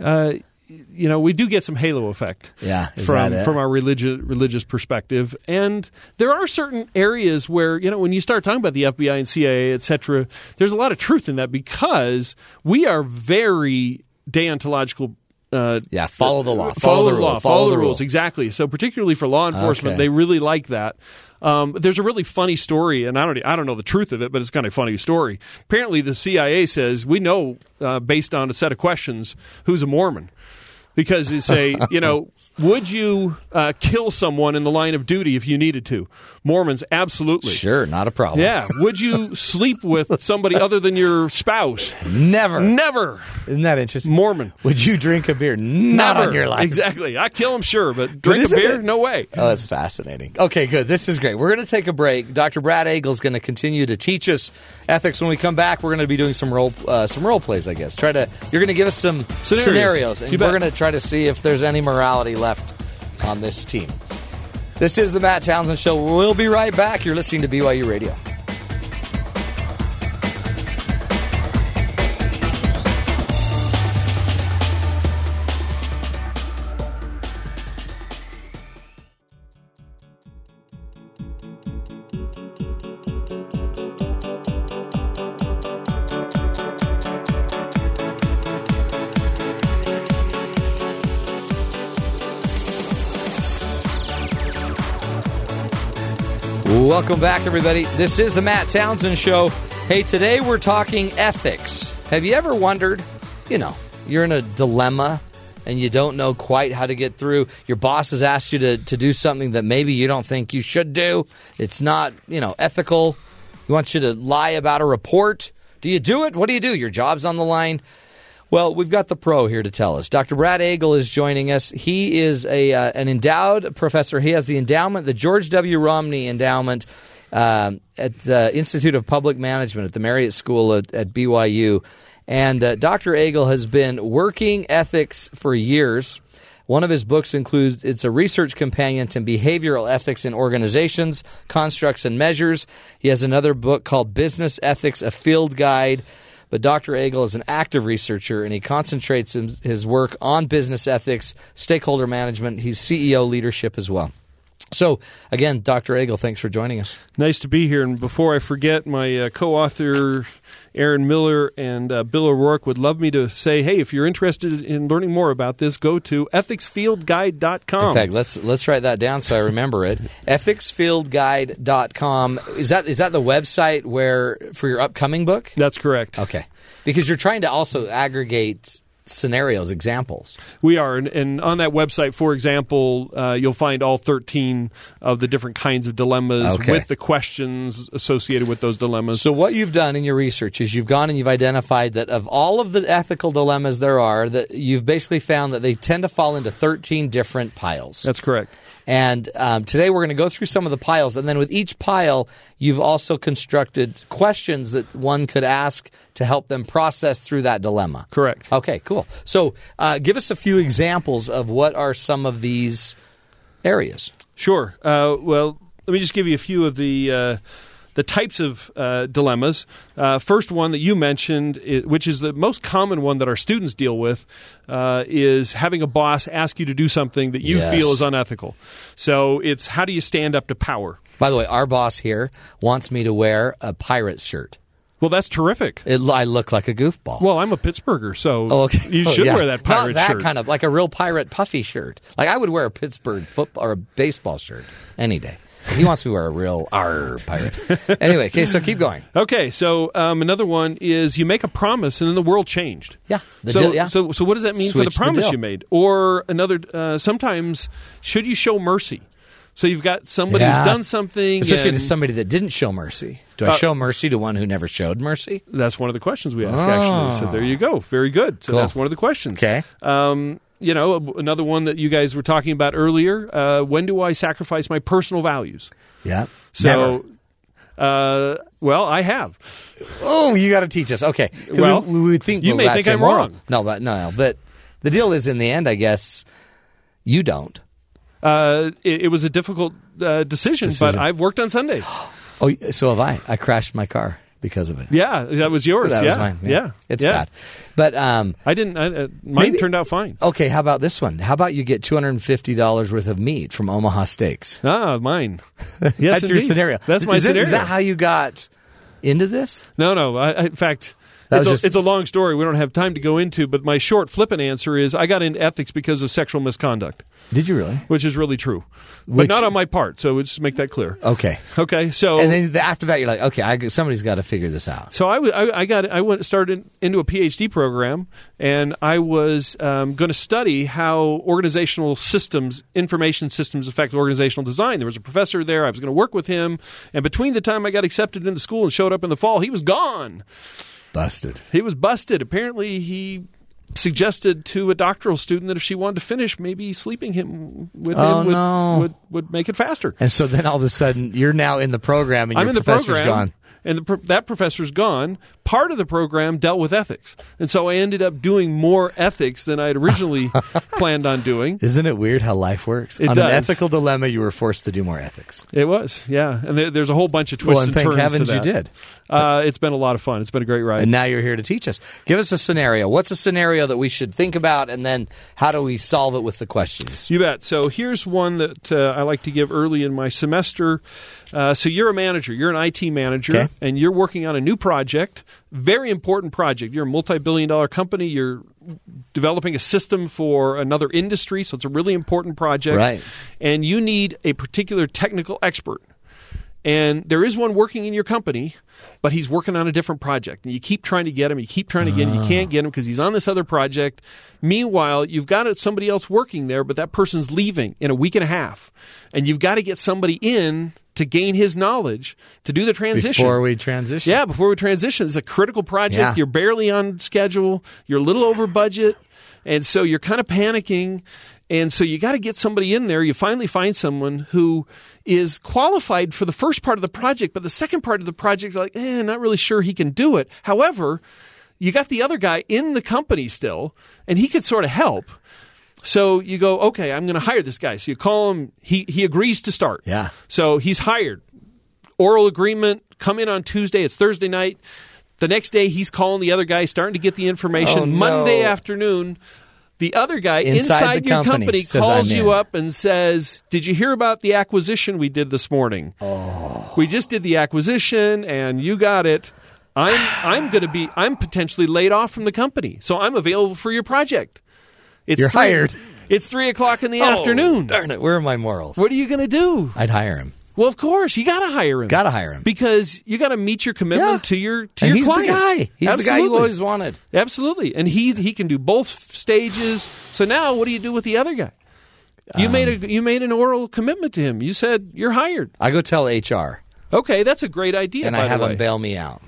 Uh, you know, we do get some halo effect. Yeah, is from that it? from our religious religious perspective, and there are certain areas where you know when you start talking about the FBI and CIA, et cetera, there's a lot of truth in that because we are very deontological. Uh, Yeah, follow the law, follow Follow, the the rule, law. Follow, the rules. Exactly. So, particularly for law enforcement, Okay. they really like that. Um, but there's a really funny story, and I don't, I don't know the truth of it, but it's kind of a funny story. Apparently, the CIA says we know uh, based on a set of questions who's a Mormon. Because they say, you know, would you uh, kill someone in the line of duty if you needed to? Mormons, absolutely. Sure, not a problem. Yeah. Would you sleep with somebody other than your spouse? Never. Never. Isn't that interesting? Mormon. Would you drink a beer? Not Never. on your life. Exactly. I kill him, sure, but drink a isn't beer? it- No way. Oh, that's fascinating. Okay, good. This is great. We're going to take a break. Dr. Brad Agle is going to continue to teach us ethics. When we come back, we're going to be doing some role uh, some role plays, I guess. Try to you're going to give us some scenarios, and You we're bet. going to try to see if there's any morality left on this team. This is the Matt Townsend Show. We'll be right back. You're listening to BYU Radio. Welcome back, everybody. This is the Matt Townsend Show. Hey, today we're talking ethics. Have you ever wondered, you know, you're in a dilemma and you don't know quite how to get through? Your boss has asked you to, to do something that maybe you don't think you should do. It's not, you know, ethical. He wants you to lie about a report. Do you do it? What do you do? Your job's on the line. Well, we've got the pro here to tell us. Dr. Brad Agle is joining us. He is a uh, an endowed professor. He has the endowment, the George W. Romney Endowment um, at the Institute of Public Management at the Marriott School at, at BYU. And uh, Dr. Agle has been working ethics for years. One of his books includes it's a research companion to behavioral ethics in organizations, constructs and measures. He has another book called Business Ethics: A Field Guide. But Dr. Agle is an active researcher and he concentrates his- his work on business ethics, stakeholder management, he's CEO leadership as well. So, again, Dr. Agle, thanks for joining us. Nice to be here. And before I forget, my uh, co author, Aaron Miller and uh, Bill O'Rourke, would love me to say, hey, if you're interested in learning more about this, go to ethicsfieldguide.com. In fact, let's let's write that down so I remember it. ethicsfieldguide.com. Is that is that the website where for your upcoming book? That's correct. Okay. Because you're trying to also aggregate scenarios, examples. We are. And, and on that website, for example, uh, you'll find all 13 of the different kinds of dilemmas Okay. with the questions associated with those dilemmas. So what you've done in your research is you've gone and you've identified that of all of the ethical dilemmas there are, that you've basically found that they tend to fall into 13 different piles. That's correct. and um, today we're going to go through some of the piles, and then with each pile, you've also constructed questions that one could ask to help them process through that dilemma. Correct. Okay, cool. So, uh, give us a few examples of what are some of these areas. Sure. Uh, well, let me just give you a few of the uh, the types of uh, dilemmas. Uh, first one that you mentioned, i which is the most common one that our students deal with, uh, is having a boss ask you to do something that you Yes. feel is unethical. So it's how do you stand up to power? By the way, our boss here wants me to wear a pirate shirt. Well, that's terrific. It, I look like a goofball. Well, I'm a Pittsburgher, so Oh, okay. you Oh, should yeah. wear that pirate Not that shirt. kind of like a real pirate puffy shirt. Like I would wear a Pittsburgh football or a baseball shirt any day. He wants me to wear a real R pirate. anyway, okay, so keep going. Okay, so um, another one is you make a promise and then the world changed. Yeah, the so, deal- yeah. so so what does that mean for Switch the the promise deal. you made? Or another uh, sometimes should you show mercy? So you've got somebody Yeah. who's done something Especially and to somebody that didn't show mercy. Do I Uh, show mercy to one who never showed mercy? that's one of the questions we ask actually. So there you go. Very good. So Cool. that's one of the questions. Okay. Um, you know, another one that you guys were talking about earlier. Uh, when do I sacrifice my personal values? Yeah. So, uh, well, I have. Oh, you got to teach us. Okay. 'Cause Well, we, we would think you well, may that's think I'm immoral. wrong. No, but no, but the deal is, in the end, I guess you don't. Uh, it, it was a difficult uh, decision, but I've worked on Sunday. Oh, so have I. I crashed my car because of it. Yeah, that was yours. that yeah, was mine. yeah, it's yeah. bad. But um, I didn't. I, uh, mine Maybe- turned out fine. okay, how about this one? How about you get two hundred and fifty dollars worth of meat from Omaha Steaks? Ah, mine. Yes, That's your indeed. scenario. That's my is it- scenario. Is that how you got into this? no, no. I, I- in fact, That it's a, was just- it's a long story. We don't have time to go into. But my short, flippant answer is I got into ethics because of sexual misconduct, Did you really? which is really true, Which- but not on my part. So let's make that clear. Okay. Okay, so And then after that, you're like, okay, I, somebody's got to figure this out. So I, w- I, I got I went started into a PhD program, and I was um, going to study how organizational systems, information systems, affect organizational design. There was a professor there. I was going to work with him, and between the time I got accepted into school and showed up in the fall, he was gone. Busted. He was busted. Apparently, he suggested to a doctoral student that if she wanted to finish, maybe sleeping him with Oh, him would, no. would would make it faster. And so then all of a sudden, you're now in the program, and I'm your in the professor's program, gone. and the, pro- that professor's gone. Part of the program dealt with ethics, and so I ended up doing more ethics than I had originally planned on doing. Isn't it weird how life works? It On an does. ethical dilemma, you were forced to do more ethics. It was, yeah, and there, there's a whole bunch of twists well, and and thank turns. heavens to you that. did. Uh, it's been a lot of fun. It's been a great ride. And now you're here to teach us. Give us a scenario. What's a scenario that we should think about, and then how do we solve it with the questions? You bet. So here's one that uh, I like to give early in my semester. Uh, so you're a manager, you're an IT manager, Okay. and you're working on a new project, very important project. You're a multi billion dollar company, you're developing a system for another industry, so it's a really important project. Right. And you need a particular technical expert. And there is one working in your company, but he's working on a different project. And you keep trying to get him, you keep trying to get him, you can't get him because he's on this other project. Meanwhile, you've got somebody else working there, but that person's leaving in a week and a half. And you've got to get somebody in to gain his knowledge to do the transition. Before we transition. yeah, before we transition, it's a critical project. Yeah. You're barely on schedule, you're a little over budget, and so you're kind of panicking. And so you got to get somebody in there. You finally find someone who is qualified for the first part of the project, but the second part of the project, you're like, eh, not really sure he can do it. However, you got the other guy in the company still, and he could sort of help. So you go, okay, I'm going to hire this guy. So you call him. He he agrees to start. Yeah. So he's hired. Oral agreement. Come in on Tuesday. It's Thursday night. The next day, he's calling the other guy, starting to get the information. Oh, no. Monday afternoon, the other guy Inside inside, the your company company, says, calls "I'm you in." up and says, "Did you hear about the acquisition we did this morning? We just did the acquisition, and you got it." I'm I'm going to be I'm potentially laid off from the company, so I'm available for your project. It's You're three- hired. It's three o'clock in the afternoon. Oh, Darn it. Where are my morals? What are you going to do? I'd hire him. Well, of course, you got to hire him. Gotta hire him. because you got to meet your commitment Yeah. to your to And your he's client. the guy. He's the guy you Absolutely. always wanted. Absolutely, and he he can do both stages. So now, what do you do with the other guy? You Um, made a you made an oral commitment to him. You said you're hired. I go tell HR, Okay, that's a great idea. and by I the have way. him bail me out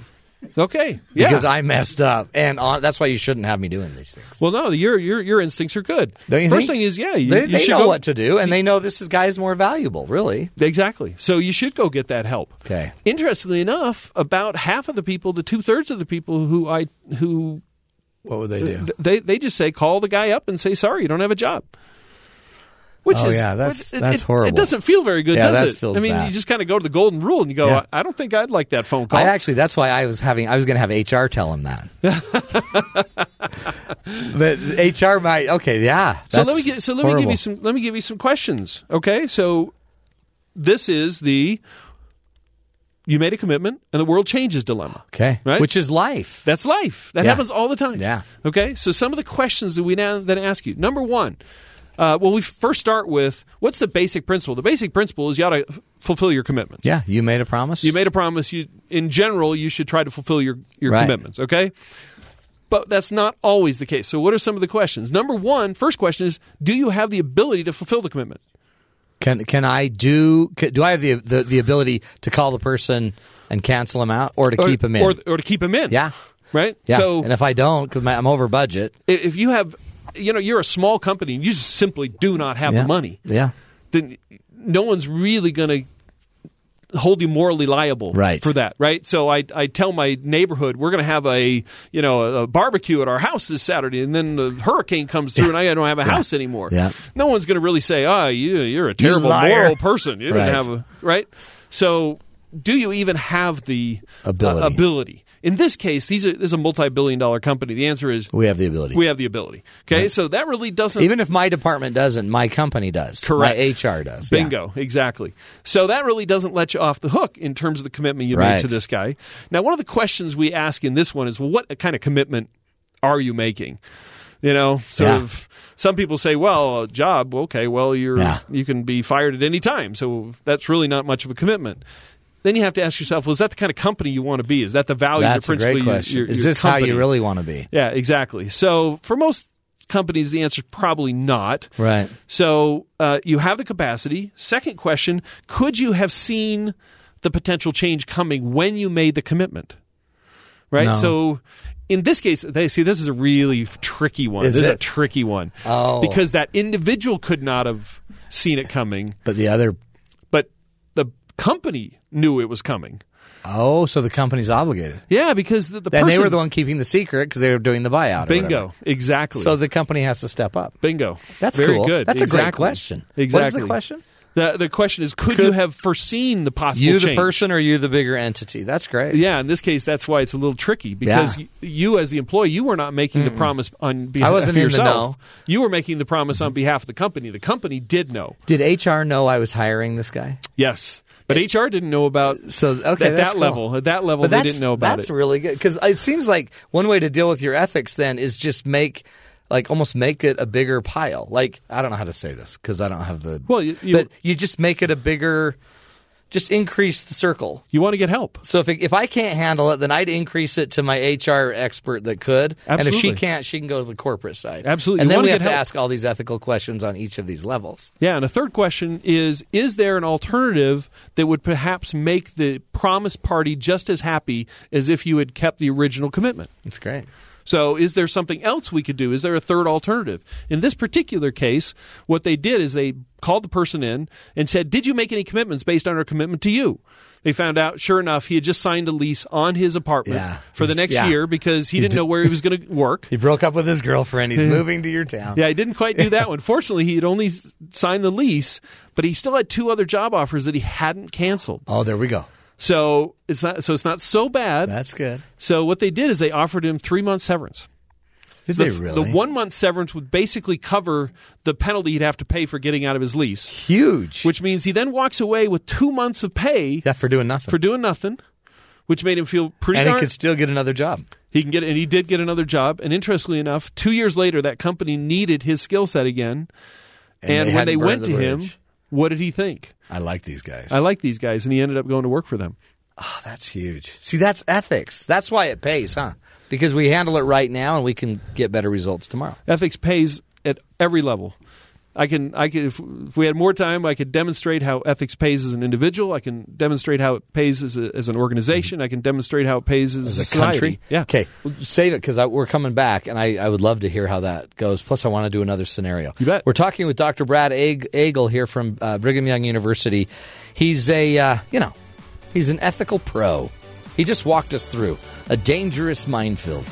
Okay, yeah. because I messed up, and on, that's why you shouldn't have me doing these things. well, no, your your your instincts are good. Don't you First think? thing is, yeah, you, they, you they should know go, what to do, and they know this is guy's more valuable. Really, Exactly. So you should go get that help. Okay. Interestingly enough, about half of the people, the two thirds of the people who I who what would they do? th- they they just say call the guy up and say sorry, you don't have a job. Which Oh, is yeah, that's- it- it- that's it- horrible. It doesn't feel very good, Yeah, does that it? feels I mean, bad. you just kind of go to the golden rule and you go, Yeah. I, I don't think I'd like that phone call. I actually, that's why I was having, I was going to have HR tell him that. but HR might, okay, yeah. so let that's me get, so let me give horrible. you some let me give you some questions. Okay, so this is the you made a commitment and the world changes dilemma. Okay. Right? Which is life. That's life. That Yeah. happens all the time. Yeah. Okay. So some of the questions that we now then ask you. Number one, Uh, well, we first start with what's the basic principle? The basic principle is you ought to f- fulfill your commitment. Yeah, you made a promise. You made a promise. You, in general, you should try to fulfill your your Right. commitments. Okay, but that's not always the case. So, what are some of the questions? Number one, first question is: Do you have the ability to fulfill the commitment? Can can I do? Can, do I have the, the the ability to call the person and cancel him out, or to keep him in? or, or to keep him in? yeah, right. yeah. So, and if I don't, because I'm over budget, i- if you have, you know, you're a small company, and you just simply do not have yeah. the money. Yeah, then no one's really going to hold you morally liable Right. for that, right? So I, I tell my neighborhood we're going to have a you know a barbecue at our house this Saturday, and then the hurricane comes through, and I don't have a house anymore. Yeah. No one's going to really say, "Ah, you, you're a terrible liar." moral person. You Right. didn't have a right." So do you even have the Ability. uh, ability? In this case, these are, this is a multi-billion-dollar company. The answer is we have the ability. we have the ability. Okay, so that really doesn't Even if my department doesn't, my company does. Correct. My HR does. Yeah. Bingo, exactly. So that really doesn't let you off the hook in terms of the commitment you Right. made to this guy. Now, one of the questions we ask in this one is, well, what kind of commitment are you making? You know, sort Yeah. of. Some people say, "Well, a job, okay, well, you're Yeah. you can be fired at any time, so that's really not much of a commitment." Then you have to ask yourself, "Was that the kind of company you want to be? Is that the value That's or a principle? great you- question. your- Is your this how you company- really want to be? Yeah, exactly. So for most companies, the answer is probably not. Right. So uh, you have the capacity. Second question could you have seen the potential change coming when you made the commitment? Right? No. So in this case, they see this is a really tricky one. Is this is a it? tricky one. Oh. Because that individual could not have seen it coming, But the other. but the company knew it was coming. Oh, so the company's obligated. Yeah, because the, the And person they were the one keeping the secret because they were doing the buyout. or bingo. whatever. Exactly. So the company has to step up. bingo. That's Very cool. good. That's a great Exactly. question. What is Exactly. the question? The, the question is could, you have foreseen the possible You the change? person or you the bigger entity? That's great. Yeah, in this case, that's why it's a little tricky because Yeah. y you, as the employee, you were not making the promise on behalf I wasn't of in the yourself. know. Mm-hmm. You were making the promise on behalf of the company. The company did know. Did HR know I was hiring this guy? Yes, but HR didn't know about. So okay, that's at that cool. level, at that level, But they that's- didn't know about that's it. really good because it seems like one way to deal with your ethics then is just make. Like almost make it a bigger pile. Like I don't know how to say this because I don't have the. Well, you- you- but you just make it a bigger, just increase the circle. you want to get help. So if if I can't handle it, then I'd increase it to my HR expert that could. And if she Absolutely. can't, she can go to the corporate side. Absolutely. And You then wanna we have get to help. ask all these ethical questions on each of these levels. Yeah, and a third question is: Is there an alternative that would perhaps make the promised party just as happy as if you had kept the original commitment? That's great. So, is there something else we could do? Is there a third alternative? In this particular case, what they did is they called the person in and said, Did you make any commitments based on our commitment to you? They found out, sure enough, he had just signed a lease on his apartment Yeah. for the He's- next yeah. year because he didn't know where he was going to work. He broke up with his girlfriend. He's moving to your town. Yeah, he didn't quite do that one. Fortunately, he had only s- signed the lease, but he still had two other job offers that he hadn't canceled. Oh, there we go. So it's not so it's not so bad. That's good. so what they did is they offered him three months severance. Did The, they really? the one month severance would basically cover the penalty he'd have to pay for getting out of his lease, huge. which means he then walks away with two months of pay yeah, for doing nothing. for doing nothing, which made him feel pretty and he darn- could still get another job. he can get and he did get another job. And interestingly enough, two years later, that company needed his skill set again. And, they when hadn't they burned went the to him, bridge. what did he think? I like these guys. I like these guys, and he ended up going to work for them. Oh, that's huge. See, that's ethics. That's why it pays, huh? Because we handle it right now and we can get better results tomorrow. ethics pays at every level. I can, I can. If, if we had more time, I could demonstrate how ethics pays as an individual. I can demonstrate how it pays as, a, as an organization. I can demonstrate how it pays as, as a a society. country. Yeah. Okay. Well, Save it because we're coming back, and I, I would love to hear how that goes. Plus, I want to do another scenario. You bet. We're talking with Dr. Brad Ag- Agle here from uh, Brigham Young University. He's a uh, you know he's an ethical pro. He just walked us through a dangerous minefield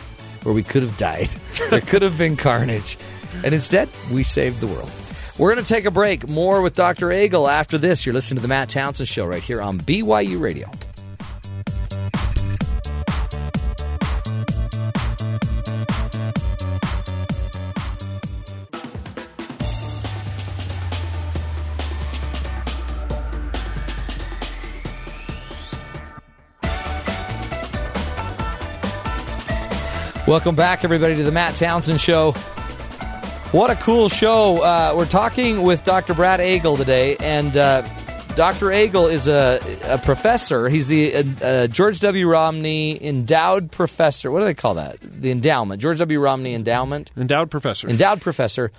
where we could have died. there could have been carnage, and instead we saved the world. We're going to take a break. More with Dr. Agle after this. You're listening to the Matt Townsend Show right here on BYU Radio. Welcome back, everybody, to the Matt Townsend Show. What a cool show. Uh, we're talking with Dr. Brad Agle today, and uh, Dr. Agle is a, a professor. He's the uh, uh, George W. Romney Endowed Professor. What do they call that? The endowment. George W. Romney Endowment. Endowed professor. Endowed Professor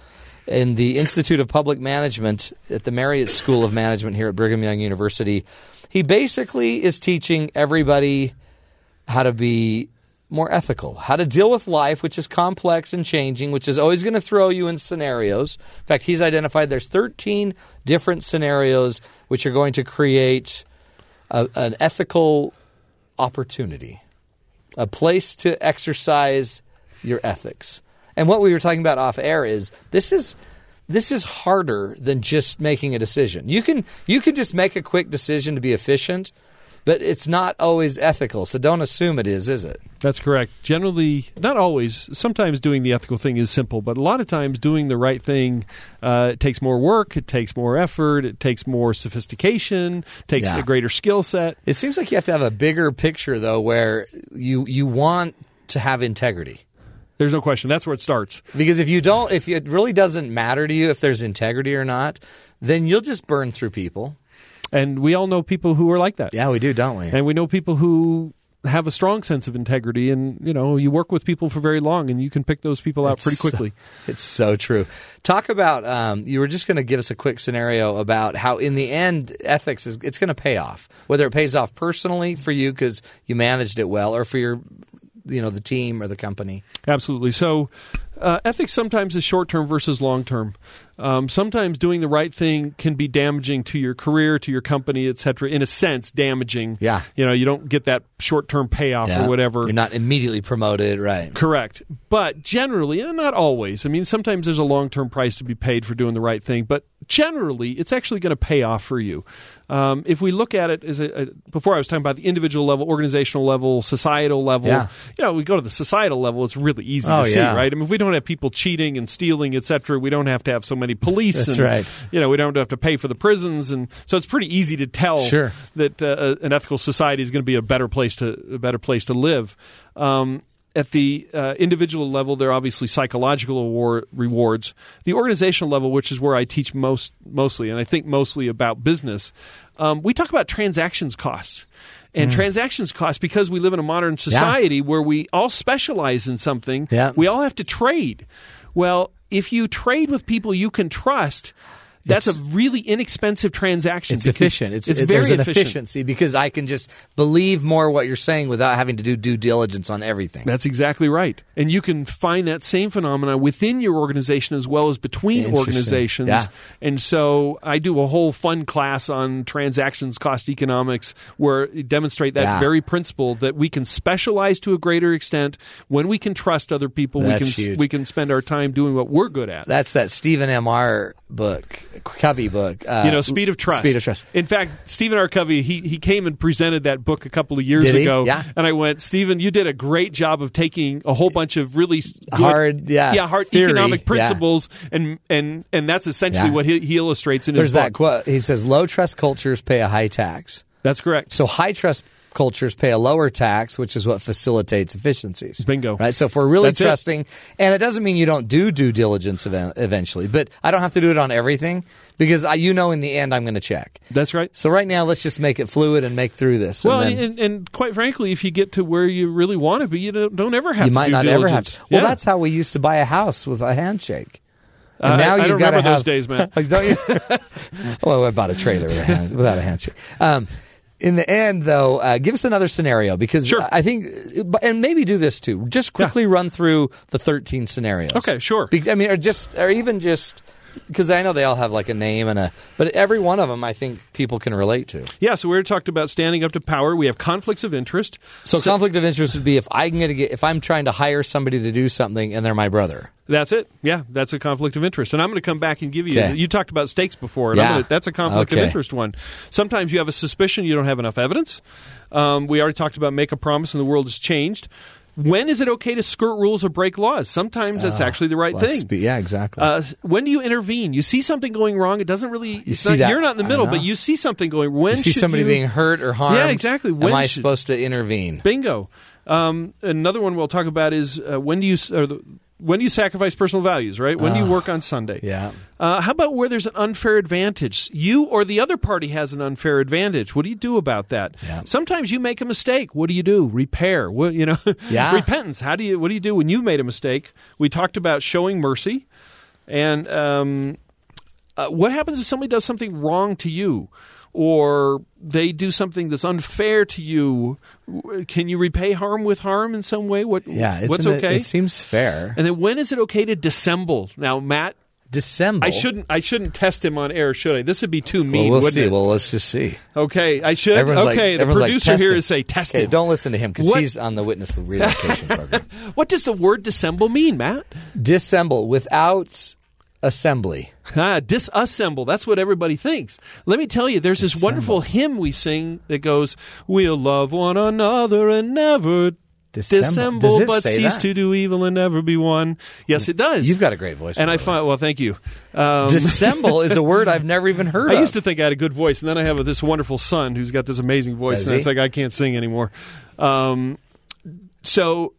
in the Institute of Public Management at the Marriott School of Management here at Brigham Young University. He basically is teaching everybody how to be more ethical, how to deal with life, which is complex and changing, which is always going to throw you in scenarios. In fact, he's identified there's 13 different scenarios which are going to create a, an ethical opportunity, a place to exercise your ethics. And what we were talking about off air is this is this is harder than just making a decision. You can you can just make a quick decision to be efficient, but it's not always ethical. So don't assume it is, is it? That's correct. Generally, not always. Sometimes doing the ethical thing is simple, but a lot of times doing the right thing uh, it takes more work, it takes more effort, it takes more sophistication, takes Yeah. a greater skill set. It seems like you have to have a bigger picture though where you you want to have integrity. There's no question. That's where it starts. Because if you don't, if it really doesn't matter to you if there's integrity or not, then you'll just burn through people. And we all know people who are like that. Yeah, we do, don't we? And we know people who have a strong sense of integrity and you know you work with people for very long and you can pick those people out pretty quickly It's uh, so true. Talk about um, you were just going to give us a quick scenario about how, in the end, ethics is it's going to pay off. Whether it pays off personally for you because you managed it well, or for your, you know, the team or the company. Absolutely. So, uh, ethics sometimes is short term versus long term. Um, sometimes doing the right thing can be damaging to your career, to your company, et cetera. In a sense, damaging. Yeah. You know, you don't get that short term payoff or whatever. You're not immediately promoted, right? Correct. But generally, and not always, I mean, sometimes there's a long term price to be paid for doing the right thing, but generally, it's actually going to pay off for you. Um, if we look at it as a, a, before I was talking about the individual level, organizational level, societal level, Yeah. you know, we go to the societal level, it's really easy Oh, to see, yeah. right? I mean, if we don't have people cheating and stealing, et cetera, we don't have to have so many police. That's and, right. You know, we don't have to pay for the prisons. And so it's pretty easy to tell Sure. that uh, an ethical society is going to be a better place to a better place to live. Um, at the uh, individual level, there are obviously psychological award, rewards. The organizational level, which is where I teach most mostly, and I think mostly about business, um, we talk about transactions costs. And Mm. transactions costs because we live in a modern society where we all specialize in something. Yeah. We all have to trade. Well, if you trade with people you can trust, that's It's- a really inexpensive transaction. It's because efficient. It's, it's it- very there's an efficient. efficiency because I can just believe more what you're saying without having to do due diligence on everything. That's exactly right. And you can find that same phenomena within your organization as well as between Interesting. organizations. Yeah. And so I do a whole fun class on transactions cost economics where you demonstrate that Yeah. very principle that we can specialize to a greater extent when we can trust other people we That's can huge. we can spend our time doing what we're good at. That's that Stephen M. R. book, Covey book. Uh, you know, speed of trust. Speed of trust. In fact, Stephen R. Covey, he, he came and presented that book a couple of years Did he? ago. Yeah. And I went, Stephen, you did a great job of taking a whole bunch of really s- good- Hard, yeah, yeah, hard theory, yeah. economic principles, and and and that's essentially Yeah. what he, he illustrates in There's his that book. quote. He says, "Low trust cultures pay a high tax." That's correct. So high trust cultures pay a lower tax, which is what facilitates efficiencies. Bingo. Right. So if we're really That's it. trusting, and it doesn't mean you don't do due diligence ev- eventually, but I don't have to do it on everything because I, you know, in the end, I'm going to check. That's right. So right now, let's just make it fluid and make through this. Well, and and, then and, quite frankly, if you get to where you really want to be, you don't, don't ever have you to might do not ever have. diligence. To. Well, Yeah. that's how we used to buy a house with a handshake. And I- now Uh, I you don't gotta remember those have- days, man. Like, don't you? well, I bought a trailer with a hand, without a handshake. Um, in the end, though, uh, give us another scenario because Sure. I think, but- and maybe do this too. Just quickly run through the thirteen scenarios. Okay, sure. Be- I mean, or just, or even just because I know they all have like a name and a, but every one of them, I think people can relate to. yeah. So we already talked about standing up to power. We have conflicts of interest. So, conflict of interest would be if I'm going to get, if I'm trying to hire somebody to do something and they're my brother. That's it. Yeah, that's a conflict of interest. And I'm going to come back and give you. Okay. You talked about stakes before, and I'm Yeah. gonna, that's a conflict Okay. of interest one. Sometimes you have a suspicion you don't have enough evidence. Um, we already talked about make a promise, and the world has changed. When is it okay to skirt rules or break laws? Sometimes that's actually the right Ah, Let's thing. be- yeah, exactly. Uh, when do you intervene? You see something going wrong. It doesn't really. it's see not- that- You're not in the I middle, know. but you see something going. When you see should somebody you- being hurt or harmed. Yeah, exactly. When Am I should- supposed to intervene? Bingo. Um, another one we'll talk about is uh, when do you s- or the, When do you sacrifice personal values, right? When do you work on Sunday? Yeah. Uh, how about where there's an unfair advantage? You or the other party has an unfair advantage. What do you do about that? Yeah. Sometimes you make a mistake. What do you do? Repair. What you know? Yeah. Repentance. How do you? What do you do when you've made a mistake? We talked about showing mercy, and um, uh, what happens if somebody does something wrong to you? Or they do something that's unfair to you. W- Can you repay harm with harm in some way? What? Yeah. Isn't what's it- okay? It, seems fair. and then when is it okay to dissemble? Now, Matt, December. I shouldn't. I shouldn't test him on air, should I? This would be too mean, Well, we'll wouldn't see. it? Well, let's just see. okay, I should. Everyone's like, okay, the everyone's like, producer test here him. is say test Okay, him. don't listen to him because What- he's on the witness relocation program. What does the word dissemble mean, Matt? Dissemble without assembly. Ah, disassemble. That's what everybody thinks. Let me tell you, there's this wonderful hymn we sing that goes, "We'll love one another and never." Dissemble. Does Dissemble, it but say cease that? to do evil and never be one. Yes, it does. You've got a great voice. and by I the way. find well, thank you. Um, dissemble is a word I've never even heard I of. used to think I had a good voice, and then I have this wonderful son who's got this amazing voice, Does and it's he? like I can't sing anymore. Um, so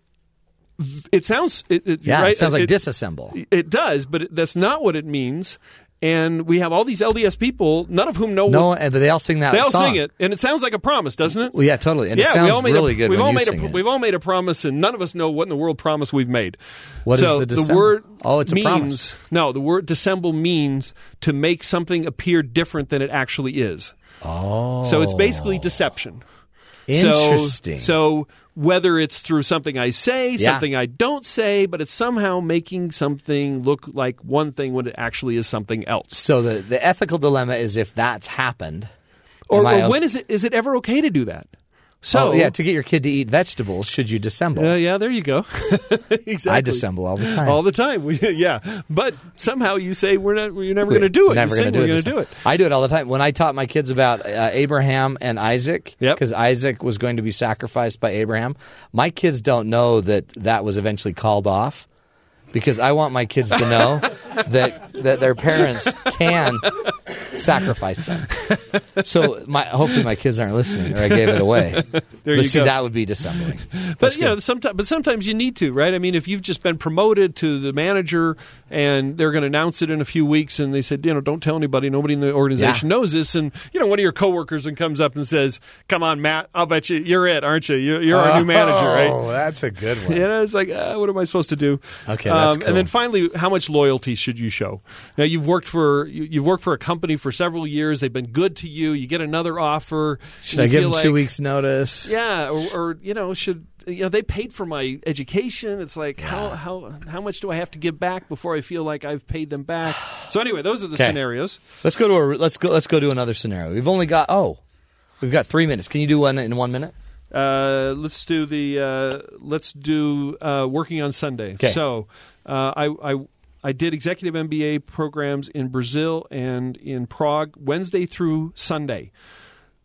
it sounds, it, it- yeah, right? it sounds like it, disassemble. It does, but it, that's not what it means. And we have all these LDS people, none of whom know. No, what- and- but they all sing that they all song. sing it, and it sounds like a promise, doesn't it? Well, yeah, totally. And it yeah, sounds we all made really a, good We've when all you made sing a, it. We've all made a promise, and none of us know what in the world promise we've made. What is so the the dissemble? word? Oh, it's a means, promise. No, the word dissemble means to make something appear different than it actually is. oh, So it's basically deception. So- interesting. So, whether it's through something I say, Yeah. something I don't say, but it's somehow making something look like one thing when it actually is something else. So the, the ethical dilemma is if that's happened, Or, am I or o- when is it is it ever okay to do that? So oh, yeah, to get your kid to eat vegetables, should you dissemble? Uh, yeah, there you go. exactly. I dissemble all the time. all the time. We- yeah, but somehow you say we're not. You're never going to do it. Never you gonna sing, we're do going it. to do it. I do it all the time. When I taught my kids about uh, Abraham and Isaac, Yep. because Isaac was going to be sacrificed by Abraham, my kids don't know that that was eventually called off. Because I want my kids to know that that their parents can sacrifice them. So my, hopefully my kids aren't listening, or I gave it away. but you see, go. that would be dissembling. But you know, sometimes but sometimes you need to, right? I mean, if you've just been promoted to the manager and they're going to announce it in a few weeks, and they said, you know, don't tell anybody, nobody in the organization Yeah. knows this, and you know, one of your coworkers and comes up and says, "Come on, Matt, I'll bet you you're it, aren't you? You're, you're our new manager, right?" Oh, that's a good one. You know, it's like, uh, what am I supposed to do? Um, Okay, that's cool. And then finally, how much loyalty should you show? Now you've worked for you, you've worked for a company for several years. They've been good to you. You get another offer. Should I you give feel them two like- weeks' notice? yeah, or, or you know, should you know they paid for my education? It's like how how how much do I have to give back before I feel like I've paid them back? So anyway, those are the scenarios. Let's go to a, let's go let's go to another scenario. We've only got oh, we've got three minutes. Can you do one in one minute? Uh, let's do the uh, let's do uh, working on Sunday. 'Kay. So uh, I I I did executive MBA programs in Brazil and in Prague Wednesday through Sunday.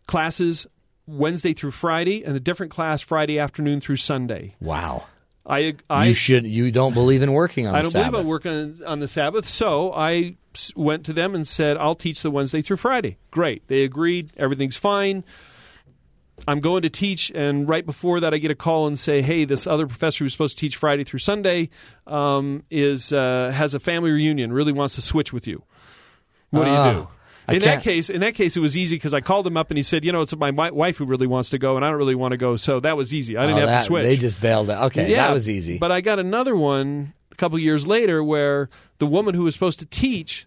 Classes Wednesday through Friday and a different class Friday afternoon through Sunday. Wow, I I you should you don't believe in working on I the don't Sabbath. believe I work on, on the Sabbath. So I s- went to them and said, I'll teach the Wednesday through Friday. Great. They agreed. Everything's fine. I'm going to teach. And right before that, I get a call and say, hey, this other professor who's supposed to teach Friday through Sunday um, is uh, has a family reunion, really wants to switch with you. What do Ah, you do? I in can't- that case, in that case, it was easy because I called him up and he said, "You know, it's my wi- wife who really wants to go, and I don't really want to go." So that was easy. I Oh, didn't have that- to switch. They just bailed out. Okay, that was easy. But I got another one a couple years later where the woman who was supposed to teach,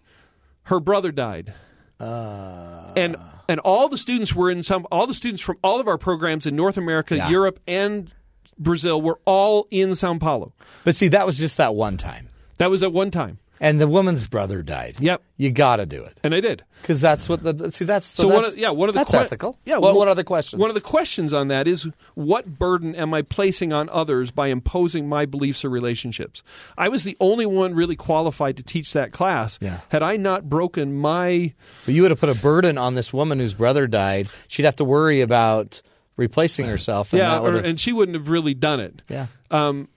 her brother died, Uh, and Ah. and all the students were in some all the students from all of our programs in North America, Yeah. Europe, and Brazil were all in São Paulo. but see, that was just that one time, That was at one time, and the woman's brother died. Yep. you got to do it and I did. because that's what the see that's so, So, one that's- of, yeah, one of the that's que- ethical. Yeah, what, one- what are the questions? One of the questions on that is what burden am I placing on others by imposing my beliefs or relationships? I was the only one really qualified to teach that class. Yeah. Had I not broken my But you would have put a burden on this woman whose brother died. She'd have to worry about replacing herself. And yeah, that would or, have, and she wouldn't have really done it. yeah, Um,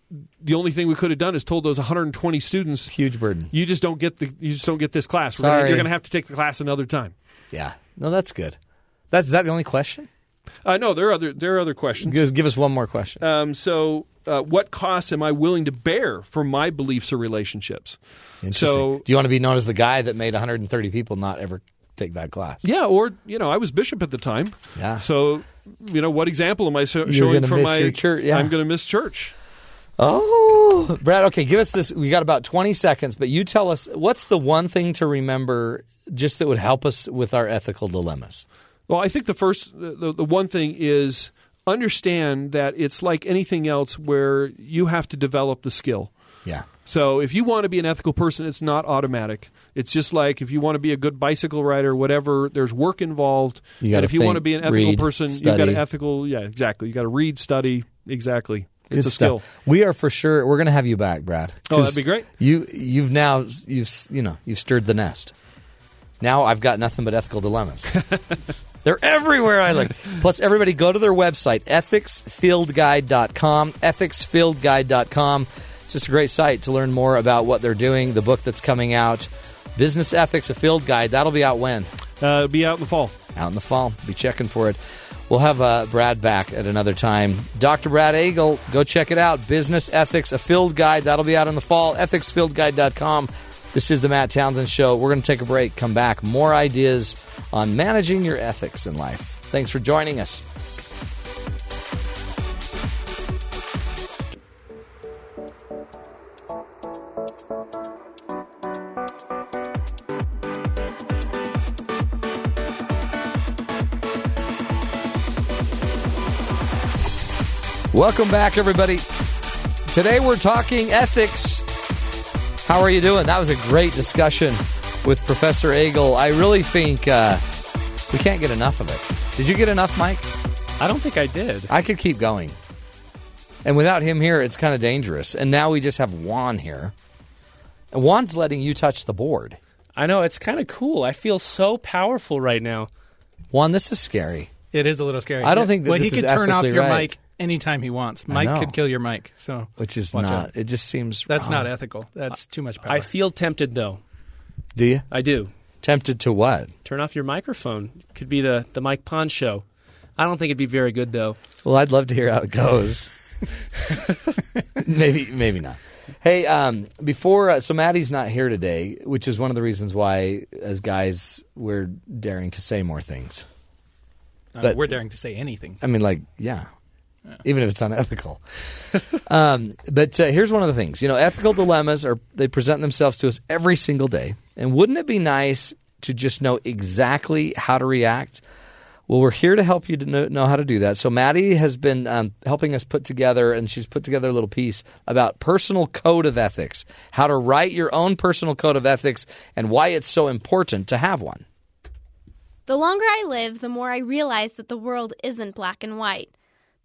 the only thing we could have done is told those 120 students huge burden. you just don't get the you just don't get this class. We're gonna- Sorry. you're going to have to take the class another time. Yeah, no, that's good. That's is that the only question? Uh, no, there are other there are other questions. Give us, give us one more question. Um, so uh, what costs am I willing to bear for my beliefs or relationships? Interesting. So- do you want to be known as the guy that made 130 people not ever take that class? Yeah, or you know, I was bishop at the time. Yeah. So, you know, what example am I so- You're showing gonna for miss my your church, yeah. I'm going to miss church. Oh, Brad. Okay, give us this. We got about 20 seconds, but you tell us what's the one thing to remember just that would help us with our ethical dilemmas. Well, I think the first, the, the one thing is understand that it's like anything else where you have to develop the skill. Yeah. So if you want to be an ethical person, it's not automatic. It's just like if you want to be a good bicycle rider, whatever, there's work involved. You gotta and if you want to think, be an ethical read, person, you've got study. to ethical, yeah, exactly. You got to read, study, exactly. Good It's a stuff. skill. We are for sure. We're going to have you back, Brad. Oh, 'Cause that'd be great. You you've now you've you know you've stirred the nest. Now I've got nothing but ethical dilemmas. They're everywhere I look. Plus, everybody go to their website, ethicsfieldguide.com, ethicsfieldguide.com. It's just a great site to learn more about what they're doing, the book that's coming out, Business Ethics, a Field Guide. That'll be out when? Uh, be out in the fall. out in the fall. Be checking for it. We'll have uh, Brad back at another time. Dr. Brad Eagle, go check it out. Business Ethics, a field guide. That'll be out in the fall. EthicsFieldGuide.com. This is the Matt Townsend Show. We're going to take a break, come back. More ideas on managing your ethics in life. Thanks for joining us. Welcome back, everybody. Today we're talking ethics. How are you doing? That was a great discussion with Professor Eagle. I really think uh, we can't get enough of it. Did you get enough, Mike? I don't think I did. I could keep going. And without him here, it's kind of dangerous. And now we just have Juan here. And Juan's letting you touch the board. I know it's kind of cool. I feel so powerful right now. Juan, this is scary. It is a little scary. I don't think that well, this he is could turn off ethically your right. mic anytime he wants. know. Mike could kill your mic, so Which is watch not. out. It just seems. That's wrong. not ethical. That's too much power. I feel tempted though. Do you I do. tempted to what? Turn off your microphone. Could be the the Mike Pond show. I don't think it'd be very good though. Well, I'd love to hear how it goes. maybe, maybe not. Hey, um, before uh, so Maddie's not here today, which is one of the reasons why, as guys, we're daring to say more things. Uh, but- we're daring to say anything. I mean, like, yeah, even if it's unethical. um, but uh, here's one of the things. You know, ethical dilemmas are they present themselves to us every single day, and wouldn't it be nice to just know exactly how to react? Well, we're here to help you to know, know how to do that. So Maddie has been um, helping us put together, and she's put together a little piece about personal code of ethics, how to write your own personal code of ethics, and why it's so important to have one. The longer I live, the more I realize that the world isn't black and white.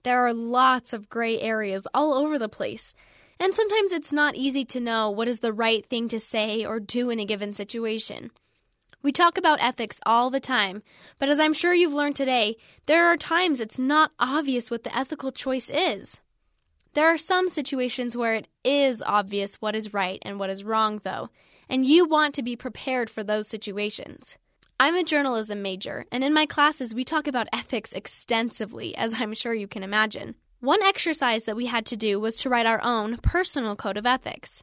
There are lots of gray areas all over the place, and sometimes it's not easy to know what is the right thing to say or do in a given situation. We talk about ethics all the time, but as I'm sure you've learned today, there are times it's not obvious what the ethical choice is. There are some situations where it is obvious what is right and what is wrong, though, and you want to be prepared for those situations. I'm a journalism major, and in my classes, we talk about ethics extensively, as I'm sure you can imagine. One exercise that we had to do was to write our own personal code of ethics.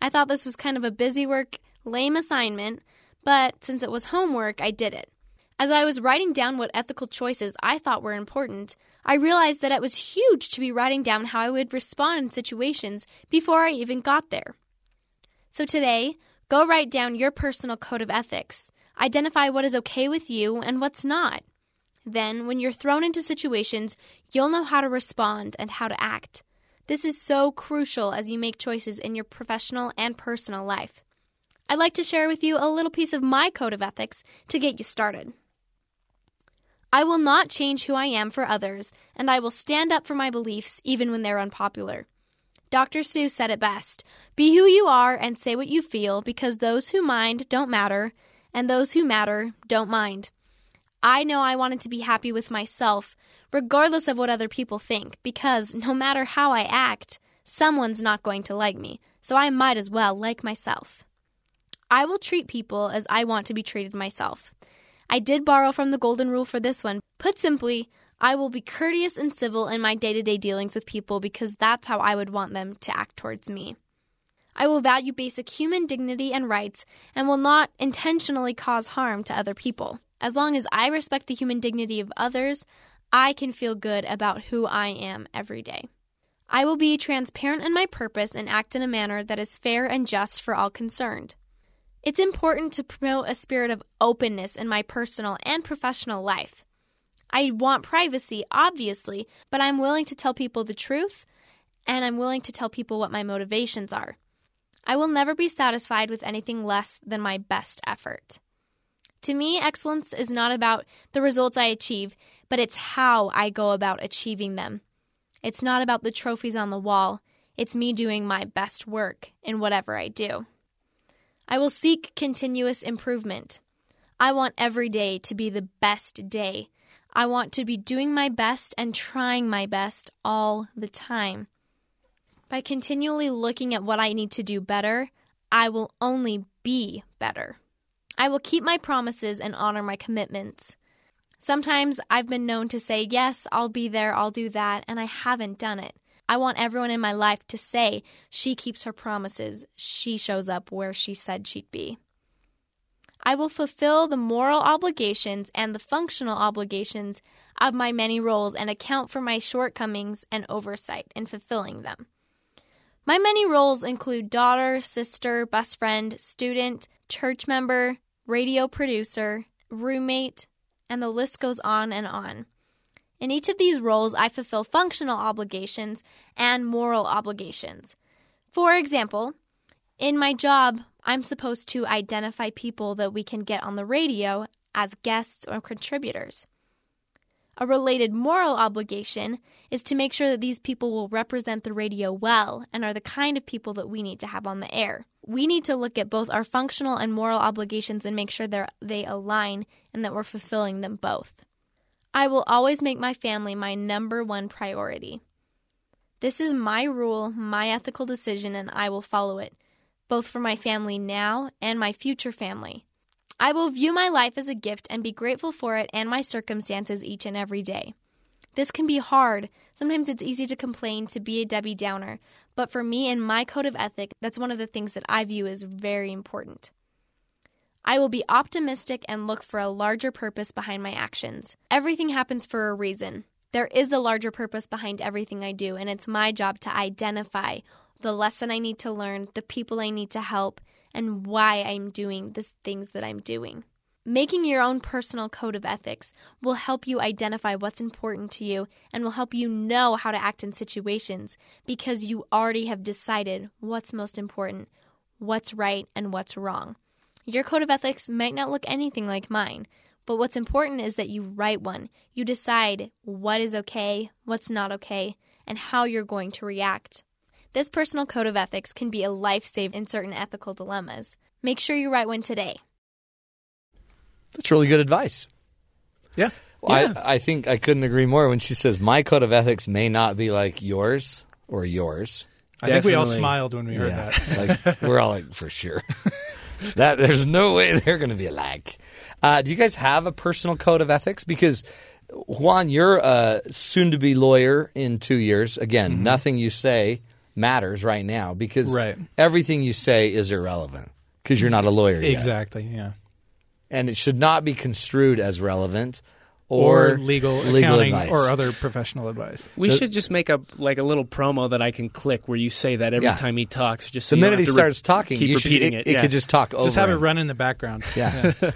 I thought this was kind of a busy work, lame assignment, but since it was homework, I did it. As I was writing down what ethical choices I thought were important, I realized that it was huge to be writing down how I would respond in situations before I even got there. So today, go write down your personal code of ethics. Identify what is okay with you and what's not. Then, when you're thrown into situations, you'll know how to respond and how to act. This is so crucial as you make choices in your professional and personal life. I'd like to share with you a little piece of my code of ethics to get you started. I will not change who I am for others, and I will stand up for my beliefs even when they're unpopular. Dr. Seuss said it best Be who you are and say what you feel, because those who mind don't matter, and those who matter don't mind. I know I wanted to be happy with myself, regardless of what other people think, because no matter how I act, someone's not going to like me, so I might as well like myself. I will treat people as I want to be treated myself. I did borrow from the golden rule for this one. Put simply, I will be courteous and civil in my day to day dealings with people because that's how I would want them to act towards me. I will value basic human dignity and rights and will not intentionally cause harm to other people. As long as I respect the human dignity of others, I can feel good about who I am every day. I will be transparent in my purpose and act in a manner that is fair and just for all concerned. It's important to promote a spirit of openness in my personal and professional life. I want privacy, obviously, but I'm willing to tell people the truth and I'm willing to tell people what my motivations are. I will never be satisfied with anything less than my best effort. To me, excellence is not about the results I achieve, but it's how I go about achieving them. It's not about the trophies on the wall, it's me doing my best work in whatever I do. I will seek continuous improvement. I want every day to be the best day. I want to be doing my best and trying my best all the time. By continually looking at what I need to do better, I will only be better. I will keep my promises and honor my commitments. Sometimes I've been known to say, Yes, I'll be there, I'll do that, and I haven't done it. I want everyone in my life to say, She keeps her promises, she shows up where she said she'd be. I will fulfill the moral obligations and the functional obligations of my many roles and account for my shortcomings and oversight in fulfilling them. My many roles include daughter, sister, best friend, student, church member, radio producer, roommate, and the list goes on and on. In each of these roles, I fulfill functional obligations and moral obligations. For example, in my job, I'm supposed to identify people that we can get on the radio as guests or contributors. A related moral obligation is to make sure that these people will represent the radio well and are the kind of people that we need to have on the air. We need to look at both our functional and moral obligations and make sure that they align and that we're fulfilling them both. I will always make my family my number one priority. This is my rule, my ethical decision, and I will follow it, both for my family now and my future family. I will view my life as a gift and be grateful for it and my circumstances each and every day. This can be hard. Sometimes it's easy to complain, to be a Debbie Downer, but for me and my code of ethic, that's one of the things that I view as very important. I will be optimistic and look for a larger purpose behind my actions. Everything happens for a reason. There is a larger purpose behind everything I do, and it's my job to identify the lesson I need to learn, the people I need to help, and why I'm doing the things that I'm doing. Making your own personal code of ethics will help you identify what's important to you and will help you know how to act in situations because you already have decided what's most important, what's right, and what's wrong. Your code of ethics might not look anything like mine, but what's important is that you write one. You decide what is okay, what's not okay, and how you're going to react. This personal code of ethics can be a lifesaver in certain ethical dilemmas. Make sure you write one today. That's really good advice. Yeah. I, I think I couldn't agree more when she says my code of ethics may not be like yours or yours. I think we all Definitely. smiled when we heard that. like we're all like for sure. that there's no way they're going to be alike. Uh, do you guys have a personal code of ethics? Because Juan, you're a soon-to-be lawyer in two years. Again, nothing you say matters right now because Mm-hmm. Right. everything you say is irrelevant because you're not a lawyer yet. Exactly. Yeah. and it should not be construed as relevant or, Or, legal, legal accounting advice or other professional advice. We should just make a like a little promo that I can click where you say that every Yeah. time he talks. Just so The you don't minute he have to re- starts talking, keep you should, repeating it, it. yeah. could just talk over. Just have it him. run in the background. Yeah.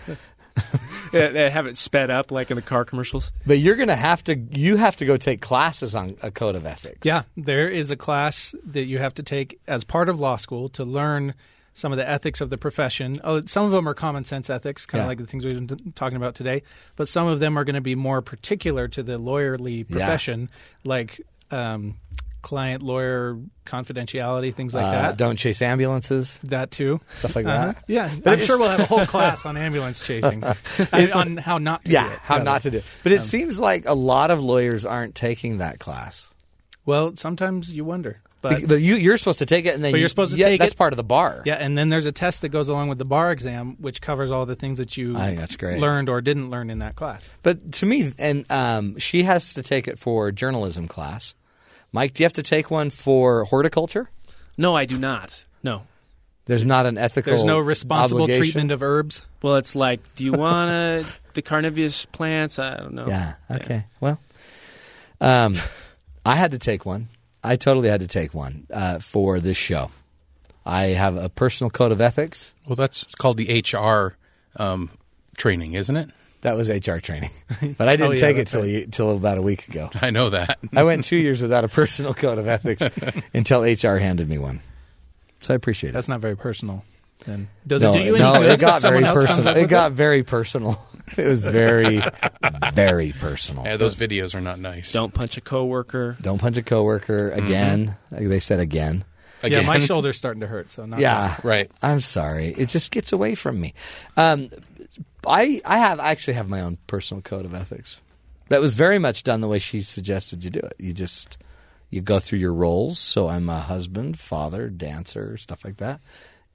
Yeah, have it sped up like in the car commercials. But you're going to have to you have to go take classes on a code of ethics. Yeah, there is a class that you have to take as part of law school to learn some of the ethics of the profession. Oh, some of them are common sense ethics, kind Yeah. of like the things we've been t- talking about today, but some of them are going to be more particular to the lawyerly profession, like um, client lawyer confidentiality, things like Uh, that. Don't chase ambulances, That too. stuff like Uh-huh. that. Yeah, but I'm sure we'll have a whole class on ambulance chasing, I- on how not to do Yeah, it, Um, how rather. not to do. it. But it seems like a lot of lawyers aren't taking that class. Well, sometimes you wonder. But But you, you're supposed to take it, and then But you, you're supposed to yeah, take That's it. part of the bar. yeah, and then there's a test that goes along with the bar exam, which covers all the things that you I think that's great. learned or didn't learn in that class. But to me, and um, she has to take it for journalism class. Mike, do you have to take one for horticulture? No, I do not. No. There's not an ethical. There's no responsible obligation. treatment of herbs. Well, it's like, do you want to the carnivorous plants? I don't Oh. know. Yeah. Okay. Well, um, I had to take one. I totally had to take one uh, for this show. I have a personal code of ethics. Well, that's it's called the HR um, training, isn't it? That was HR training, but I didn't Oh, yeah, take it that's till you, till about a week ago. I know that. I went two years without a personal code of ethics until HR handed me one. So I appreciate it. That's not very personal. Then does no, it do you no, any good it got if someone very else comes personal. up It with got very personal. It was very, very personal. Yeah, those videos are not nice. Don't punch a coworker. Don't punch a coworker Mm-hmm. again. Like They said again. Again. Yeah, my shoulder's starting to hurt. So not Yeah, Right. I'm sorry. It just gets away from me. Um, I I have I actually have my own personal code of ethics that was very much done the way she suggested you do it. You just you go through your roles. So I'm a husband, father, dancer, stuff like that.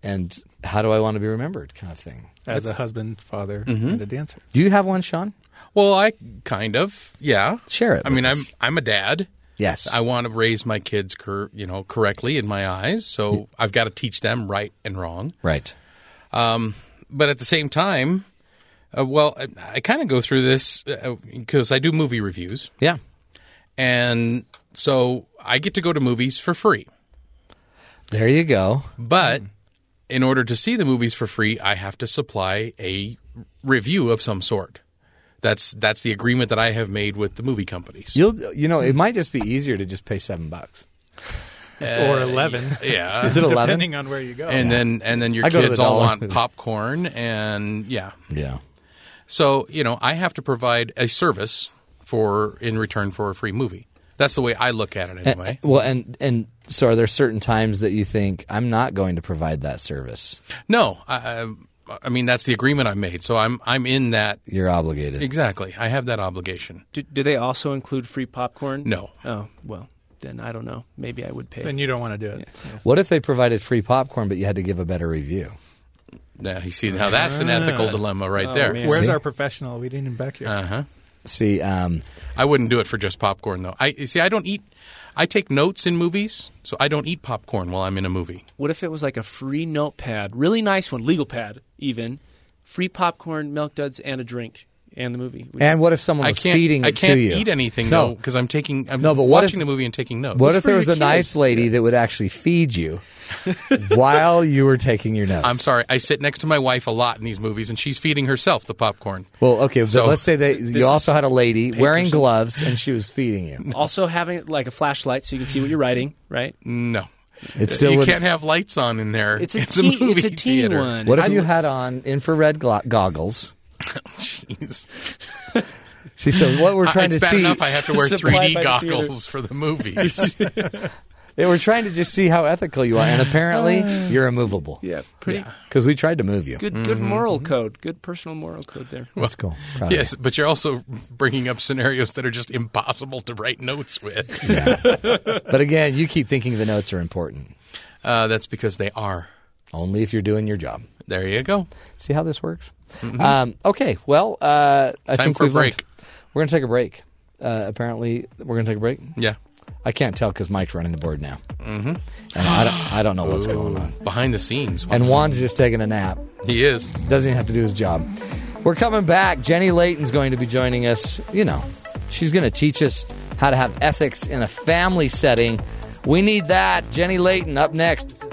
And how do I want to be remembered, kind of thing. as a husband, father, Mm-hmm. and a dancer. Do you have one, Sean? Well, I kind of. Yeah. Share it I mean, with I'm us. I'm a dad. Yes. I want to raise my kids, cor- you know, correctly in my eyes. So I've got to teach them right and wrong. Um, right. but at the same time, uh, well, I, I kind of go through this because I do movie reviews, Yeah. and so I get to go to movies for free. There you go. But in order to see the movies for free, I have to supply a review of some sort. That's that's the agreement that I have made with the movie companies. You'll you know it might just be easier to just pay seven bucks. or eleven, Uh, yeah, Is it eleven? depending on where you go. and then and then your Oh, I go to the kids all dollar. want popcorn and yeah. Yeah. So you know, I have to provide a service for in return for a free movie. That's the way I look at it And- anyway. Eh, well, and and so are there certain times that you think I'm not going to provide that service? No, I, I- I mean that's the agreement I made. So I'm I'm in that You're obligated. exactly. I have that obligation. Do, do they also include free popcorn? No. Oh well, then I don't know. Maybe I would pay. then you don't want to do it. What if they provided free popcorn, but you had to give a better review? Now you see now that's an ethical dilemma right there. man. Where's See? our professional? We didn't back here. Uh huh. See, um, I wouldn't do it for just popcorn though. I you see. I don't eat. I take notes in movies, so I don't eat popcorn while I'm in a movie. What if it was like a free notepad, really nice one, legal pad even, free popcorn, milk duds, and a drink, and the movie. Would and what if someone I was can't. feeding it I can't to you? eat anything No. though because I'm taking. I'm No, but what watching if- the movie and taking notes. What if for there was a your nice kids. lady that would actually feed you while you were taking your notes? I'm sorry. I sit next to my wife a lot in these movies, and she's feeding herself the popcorn. Well, okay, but So, let's say that you is also had a lady wearing gloves and she was feeding you. you- Also having like a flashlight so you can see what you're writing, right? No, It still you would- can't have lights on in there. It's a it's teen, a movie it's a teen theater. one. What if I'm- you had on infrared glo- goggles? Jeez. She said, "What we're Uh, trying it's to bad see." enough I have to wear Supplied 3D by the goggles for the movies. They were trying to just see how ethical you are, and apparently Oh. you're immovable. Yeah, pretty because we tried to move you. good. Good moral code. Good personal moral code there. That's cool. Proud of you. yes, but you're also bringing up scenarios that are just impossible to write notes with. But again, you keep thinking the notes are important. Uh, that's because they are. Only if you're doing your job. There you go. See how this works? Um, okay. Well, uh, I Mm-hmm. Time think for a we've learned- break. We're going to take a break. Uh, apparently, we're going to take a break. Yeah. I can't tell because Mike's running the board now, mm-hmm. and I don't, I don't know what's going on. Behind the scenes. And Juan's just taking a nap. he is. Doesn't even have to do his job. We're coming back. Jenny Layton's going to be joining us. You know, she's going to teach us how to have ethics in a family setting. We need that. Jenny Layton up next.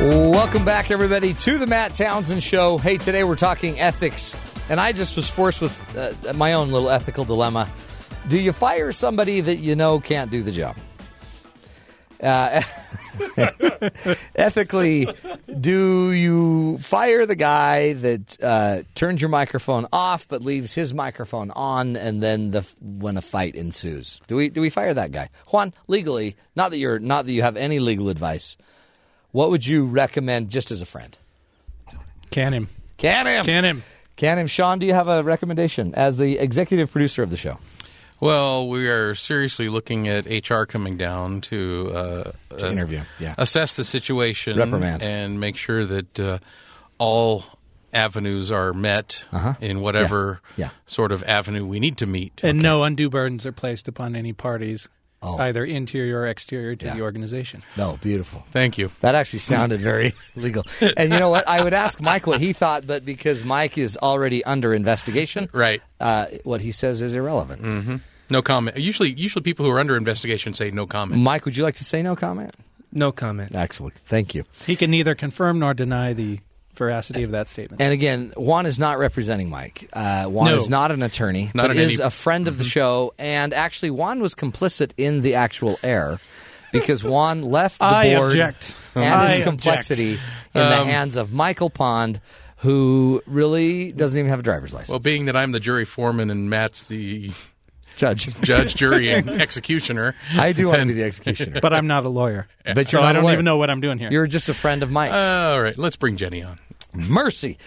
Welcome back, everybody, to the Matt Townsend Show. Hey, today we're talking ethics, and I just was forced with uh, my own little ethical dilemma. Do you fire somebody that you know can't do the job? Uh, ethically, do you fire the guy that uh, turns your microphone off but leaves his microphone on, and then the when a fight ensues? Do we do we fire that guy, Juan? Legally, not that you're not that you have any legal advice. What would you recommend, just as a friend? Can him. Can him, Can him. can him. Sean, do you have a recommendation as the executive producer of the show? Well, we are seriously looking at HR coming down to, uh, uh, interview, yeah. assess the situation, Reprimand. and make sure that uh, all avenues are met in whatever Uh-huh. Yeah. Yeah. sort of avenue we need to meet. And no undue burdens are placed upon any parties, Oh. either interior or exterior to Yeah. the organization. No, beautiful. Thank you. That actually sounded very legal. And you know what? I would ask Mike what he thought, but because Mike is already under investigation, Right. Mm-hmm. Uh, what he says is irrelevant. No comment. Usually, usually people who are under investigation say no comment. Mike, would you like to say no comment? No comment. Excellent. Thank you. He can neither confirm nor deny the veracity of that statement. And again, Juan is not representing Mike. Uh, Juan No. is not an attorney, Not but in is any- a friend of the Mm-hmm. show. And actually, Juan was complicit in the actual error because Juan left the I board object. and I his object. Um, complexity in the hands of Michael Pond, who really doesn't even have a driver's license. Well, being that I'm the jury foreman and Matt's the Judge. judge, jury, and executioner, I do want to be the executioner, but I'm not a lawyer. but So you're not I a don't lawyer. even know Uh, what I'm doing here. You're just a friend of Mike's. all right, let's bring Jenny on. Mercy.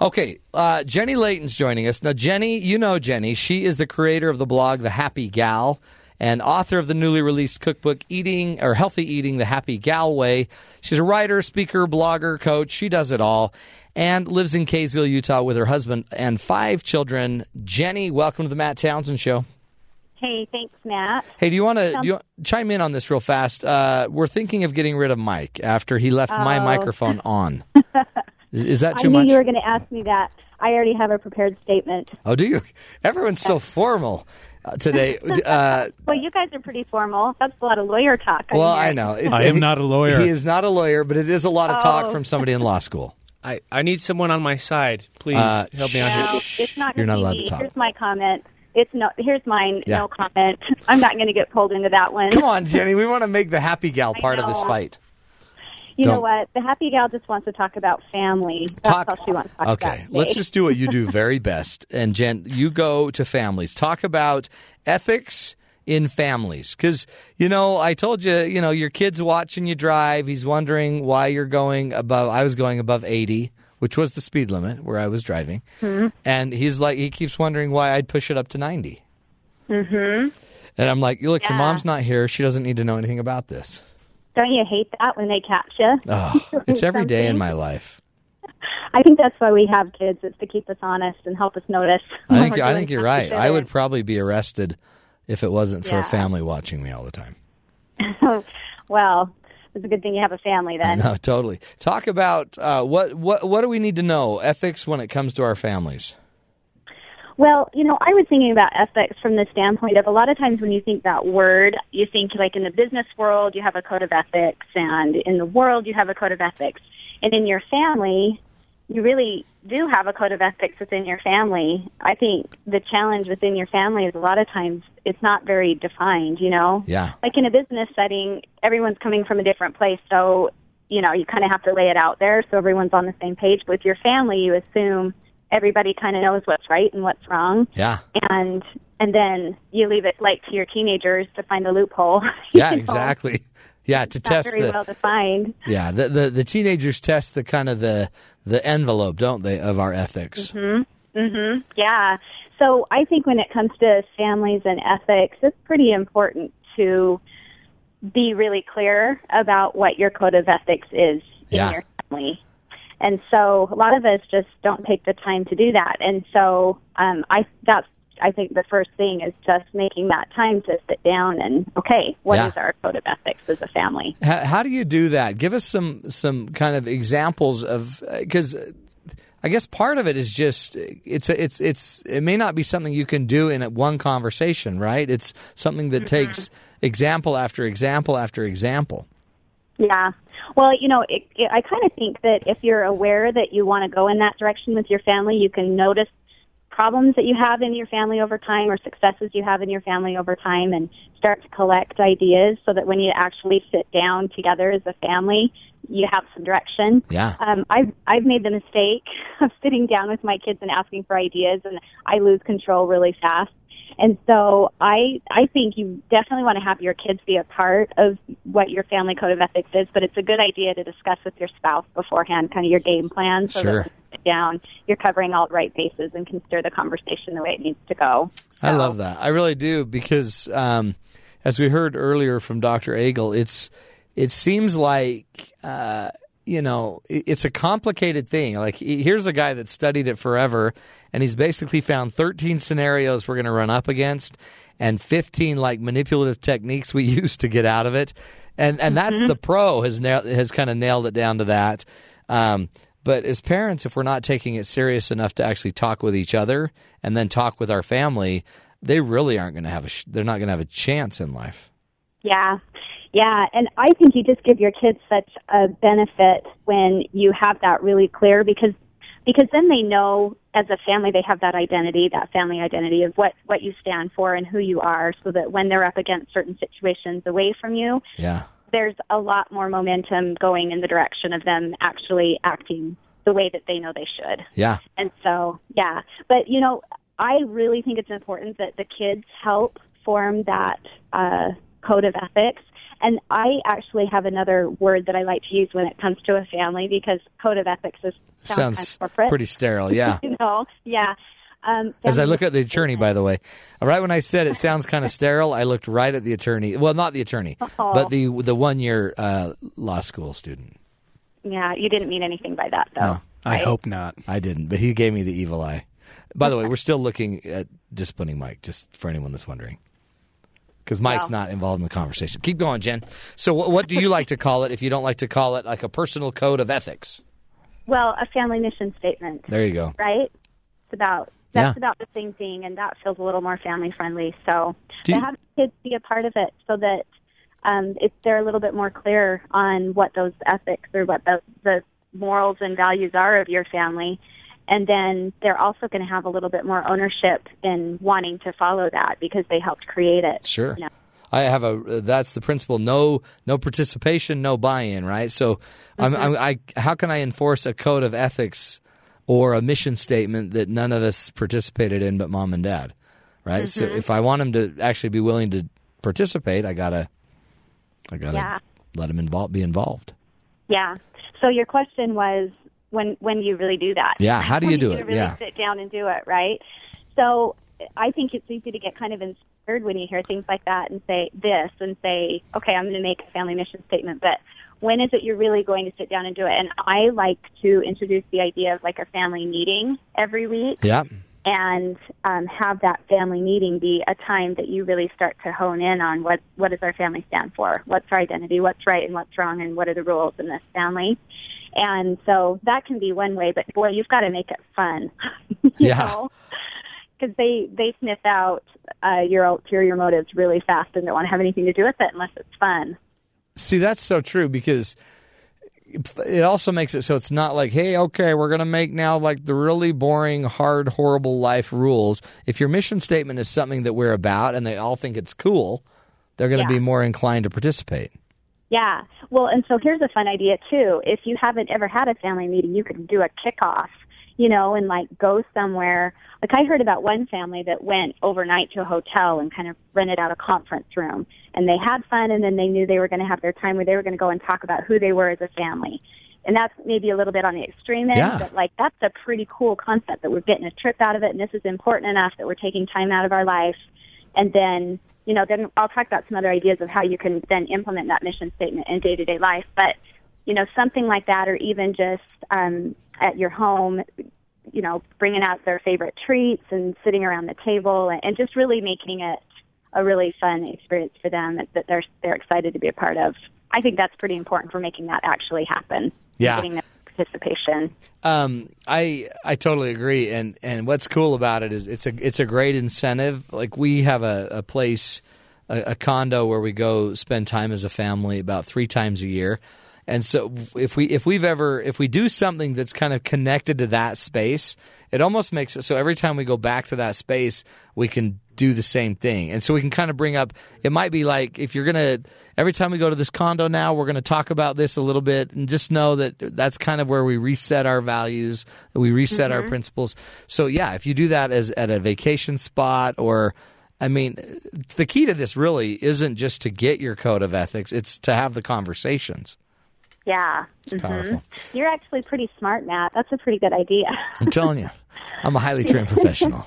Okay, uh, Jenny Layton's joining us now. Jenny, you know Jenny. She is the creator of the blog The Happy Gal and author of the newly released cookbook Eating or Healthy Eating: The Happy Gal Way. She's a writer, speaker, blogger, coach. She does it all, and lives in Kaysville, Utah, with her husband and five children. Jenny, welcome to the Matt Townsend Show. Hey, thanks, Matt. Hey, do you want to do you, chime in on this real fast? Uh, we're thinking of getting rid of Mike after he left my microphone on. Is- Is that Oh. I too knew much? you were going to ask me that. I already have a prepared statement. Oh, do you? Everyone's so formal uh, today. Uh, Well, you guys are pretty formal. That's a lot of lawyer talk. well, mean, I know. It's, I am not a lawyer. He is not a lawyer, but it is a lot of talk Oh. from somebody in law school. I, I need someone on my side. Please Uh, help me out here. No, it's not. You're not gonna allowed be to me. talk. Here's my comment. It's no. Here's mine. Yeah. No comment. I'm not going to get pulled into that one. Come on, Jenny. We want to make the happy gal I part of this know. fight. You don't. know what? The happy gal just wants to talk about family. That's Talk. all she wants to talk about. Okay, today. let's just do what you do very best. And Jen, you go to families. Talk about ethics in families because you know I told you you know your kid's watching you drive. He's wondering why you're going above. I was going above eighty. Which was the speed limit where I was driving, Mm-hmm. and he's like, he keeps wondering why I'd push it up to ninety. Mm-hmm. And I'm like, look, your Yeah. mom's not here; she doesn't need to know anything about this. Don't you hate that when they catch you? Oh, it's every day in Something. my life. I think that's why we have kids. It's to keep us honest and help us notice. I when think we're I doing think you're something right. I would stupid. probably be arrested if it wasn't for a Yeah. family watching me all the time. well, it's a good thing you have a family then. No, totally. Talk about uh, what what what do we need to know ethics when it comes to our families? Well, you know, I was thinking about ethics from the standpoint of a lot of times when you think that word, you think like in the business world, you have a code of ethics, and in the world, you have a code of ethics. And in your family, you really do have a code of ethics within your family. I think the challenge within your family is a lot of times it's not very defined, you know? Yeah. Like in a business setting, everyone's coming from a different place, so you know, you kind of have to lay it out there so everyone's on the same page. But with your family, you assume everybody kind of knows what's right and what's wrong. Yeah. And and then you leave it like to your teenagers to find a loophole. You Yeah, know, exactly. Yeah, to Not test very the well defined. yeah the, the the teenagers test the kind of the the envelope, don't they, of our Mm-hmm. ethics? Mhm. Yeah. So I think when it comes to families and ethics, it's pretty important to be really clear about what your code of ethics is Yeah. in your family. And so a lot of us just don't take the time to do that. And so um, I that's I think the first thing is just making that time to sit down and okay, what is Yeah. our code of ethics as a family? How, how do you do that? Give us some some kind of examples of because I guess part of it is just it's a, it's it's it may not be something you can do in one conversation, right? It's something that takes example after example after example. Yeah. Well, you know, it, it, I kind of think that if you're aware that you want to go in that direction with your family, you can notice problems that you have in your family over time or successes you have in your family over time and start to collect ideas so that when you actually sit down together as a family, you have some direction. Yeah. Um, I've, I've made the mistake of sitting down with my kids and asking for ideas and I lose control really fast. And so I I think you definitely want to have your kids be a part of what your family code of ethics is, but it's a good idea to discuss with your spouse beforehand kind of your game plan so Sure. that when you sit down you're covering all the right bases and can steer the conversation the way it needs to go. I So- love that. I really do because, um, as we heard earlier from Dr. Agel, it's it seems like uh, you know i- it's a complicated thing. Like he- here's a guy that studied it forever, and he's basically found 13 scenarios we're going to run up against, and 15 like manipulative techniques we use to get out of it, and and that's the pro has nail has kind of nailed it down to that. Um, but as parents, if we're not taking it serious enough to actually talk with each other and then talk with our family, they really aren't going to have a. Sh- they're not going to have a chance in life. Yeah. Yeah. And I think you just give your kids such a benefit when you have that really clear because because then they know as a family they have that identity, that family identity of what, what you stand for and who you are so that when they're up against certain situations away from you, Yeah. there's a lot more momentum going in the direction of them actually acting the way that they know they should. Yeah. And so, yeah. But, you know, I really think it's important that the kids help form that uh, code of ethics. And I actually have another word that I like to use when it comes to a family because code of ethics is sounds, kind Sounds of corporate. pretty sterile. Yeah. you know, yeah. Um, As I family- look at the attorney, by the way, uh, right when I said it sounds kind of sterile, I looked right at the attorney. Well, not the attorney, but Oh. the the one year uh, law school student. yeah, you didn't mean anything by that, though. No. I hope not. I didn't, but he gave me the evil eye. By the way, we're still looking at disciplining Mike, just for anyone that's wondering. Because Mike's Wow. not involved in the conversation. Keep going, Jen. So, what, what do you like to call it if you don't like to call it like a personal code of ethics? Well, a family mission statement. There you go. right? It's about that's Yeah. about the same thing, and that feels a little more family friendly. So Do to you- have kids be a part of it, so that um, if they're a little bit more clear on what those ethics or what the, the morals and values are of your family, and then they're also going to have a little bit more ownership in wanting to follow that because they helped create it. Sure. you know? I have a. That's the principle. No, no participation, no buy-in. Right. So, I'm, I'm, I how can I enforce a code of ethics or a mission statement that none of us participated in, but mom and dad? Right. So, if I want them to actually be willing to participate, I gotta, I gotta Yeah. let them involved, be involved. Yeah. So your question was when when do you really do that? Yeah, how do When you do you it? Really Yeah. sit down and do it, right? So I think it's easy to get kind of inspired when you hear things like that and say this and say, okay, I'm going to make a family mission statement, but when is it you're really going to sit down and do it? And I like to introduce the idea of like a family meeting every week Yeah. and um, have that family meeting be a time that you really start to hone in on what what does our family stand for, what's our identity, what's right and what's wrong, and what are the rules in this family. And so that can be one way, but boy, you've got to make it fun. you Yeah. Because they they sniff out uh, your ulterior motives really fast and don't want to have anything to do with it unless it's fun. See, that's so true because it also makes it so it's not like, hey, okay, we're going to make now like the really boring, hard, horrible life rules. If your mission statement is something that we're about and they all think it's cool, they're going to Yeah. be more inclined to participate. Yeah. Well, and so here's a fun idea too. If you haven't ever had a family meeting, you could do a kickoff, you know, and like go somewhere. Like I heard about one family that went overnight to a hotel and kind of rented out a conference room and they had fun and then they knew they were going to have their time where they were going to go and talk about who they were as a family. And that's maybe a little bit on the extreme end, Yeah. but like that's a pretty cool concept that we're getting a trip out of it and this is important enough that we're taking time out of our life and then you know then i'll talk about some other ideas of how you can then implement that mission statement in day to day life but you know something like that or even just um at your home you know bringing out their favorite treats and sitting around the table and, and just really making it a really fun experience for them that, that they're they're excited to be a part of i think that's pretty important for making that actually happen Yeah. getting the participation Um, I I totally agree, and and what's cool about it is it's a it's a great incentive. Like we have a, a place, a, a condo where we go spend time as a family about three times a year, And so if we if we've ever if we do something that's kind of connected to that space, it almost makes it so every time we go back to that space, we can do the same thing. And so we can kind of bring up it might be like if you're going to every time we go to this condo now, we're going to talk about this a little bit and just know that that's kind of where we reset our values, we reset Mm-hmm. our principles. So yeah, if you do that as at a vacation spot or I mean, the key to this really isn't just to get your code of ethics, it's to have the conversations. Yeah. It's powerful. You're actually pretty smart, Matt. That's a pretty good idea. I'm telling you, I'm a highly trained professional.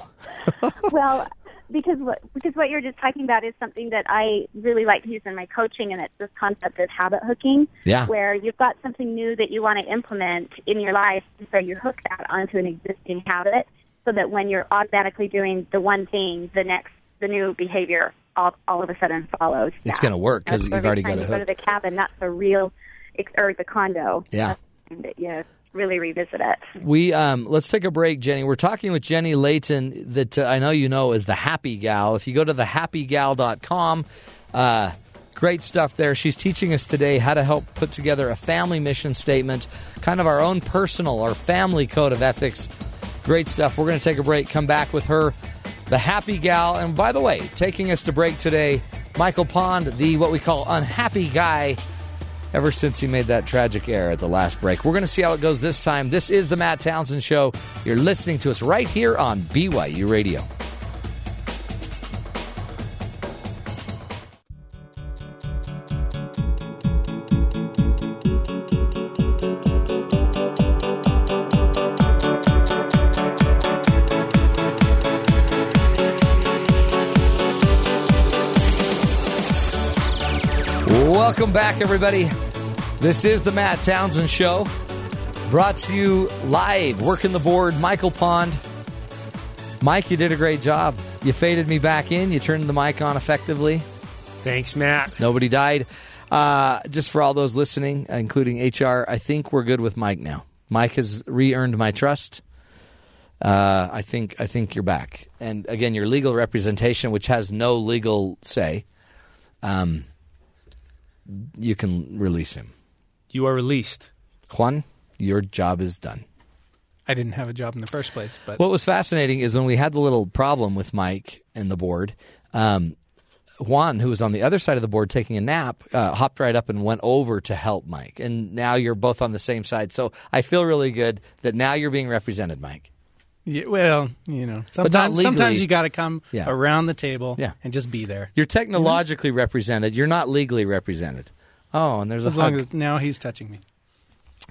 well, because what, because what you're just talking about is something that I really like to use in my coaching, and it's this concept of habit hooking, Yeah. where you've got something new that you want to implement in your life, and so you hook that onto an existing habit, so that when you're automatically doing the one thing, the next the new behavior all, all of a sudden follows. It's that. gonna work 'cause That's where you've every already time got it you Go to hooked. the cabin, not the real, ex- or the condo. Yeah. and that you really revisit it. We um, let's take a break, Jenny. We're talking with Jenny Layton, that uh, I know you know is the Happy Gal. If you go to thehappygal.com, uh, great stuff there. She's teaching us today how to help put together a family mission statement, kind of our own personal, our family code of ethics. Great stuff. We're going to take a break. Come back with her, the Happy Gal. And by the way, taking us to break today, Michael Pond, the what we call unhappy guy ever since he made that tragic error at the last break. We're going to see how it goes this time. This is the Matt Townsend Show. You're listening to us right here on BYU Radio. Welcome back, everybody. This is the Matt Townsend Show, brought to you live, working the board, Michael Pond. Mike, you did a great job. You faded me back in, you turned the mic on effectively. Thanks, Matt. Nobody died. Uh, just for all those listening, including HR, I think we're good with Mike now. Mike has re-earned my trust. Uh, I think I think you're back. And again, your legal representation, which has no legal say, um, you can release him. You are released. Juan, your job is done. I didn't have a job in the first place, but What was fascinating is when we had the little problem with Mike and the board, um, Juan, who was on the other side of the board taking a nap, uh, hopped right up and went over to help Mike. And now you're both on the same side. So I feel really good that now you're being represented, Mike. yeah, well, you know, But sometimes, not legally. sometimes you got to come Yeah. around the table Yeah. and just be there. You're technologically represented. You're not legally represented. Oh, and there's a As long hug. as now he's touching me.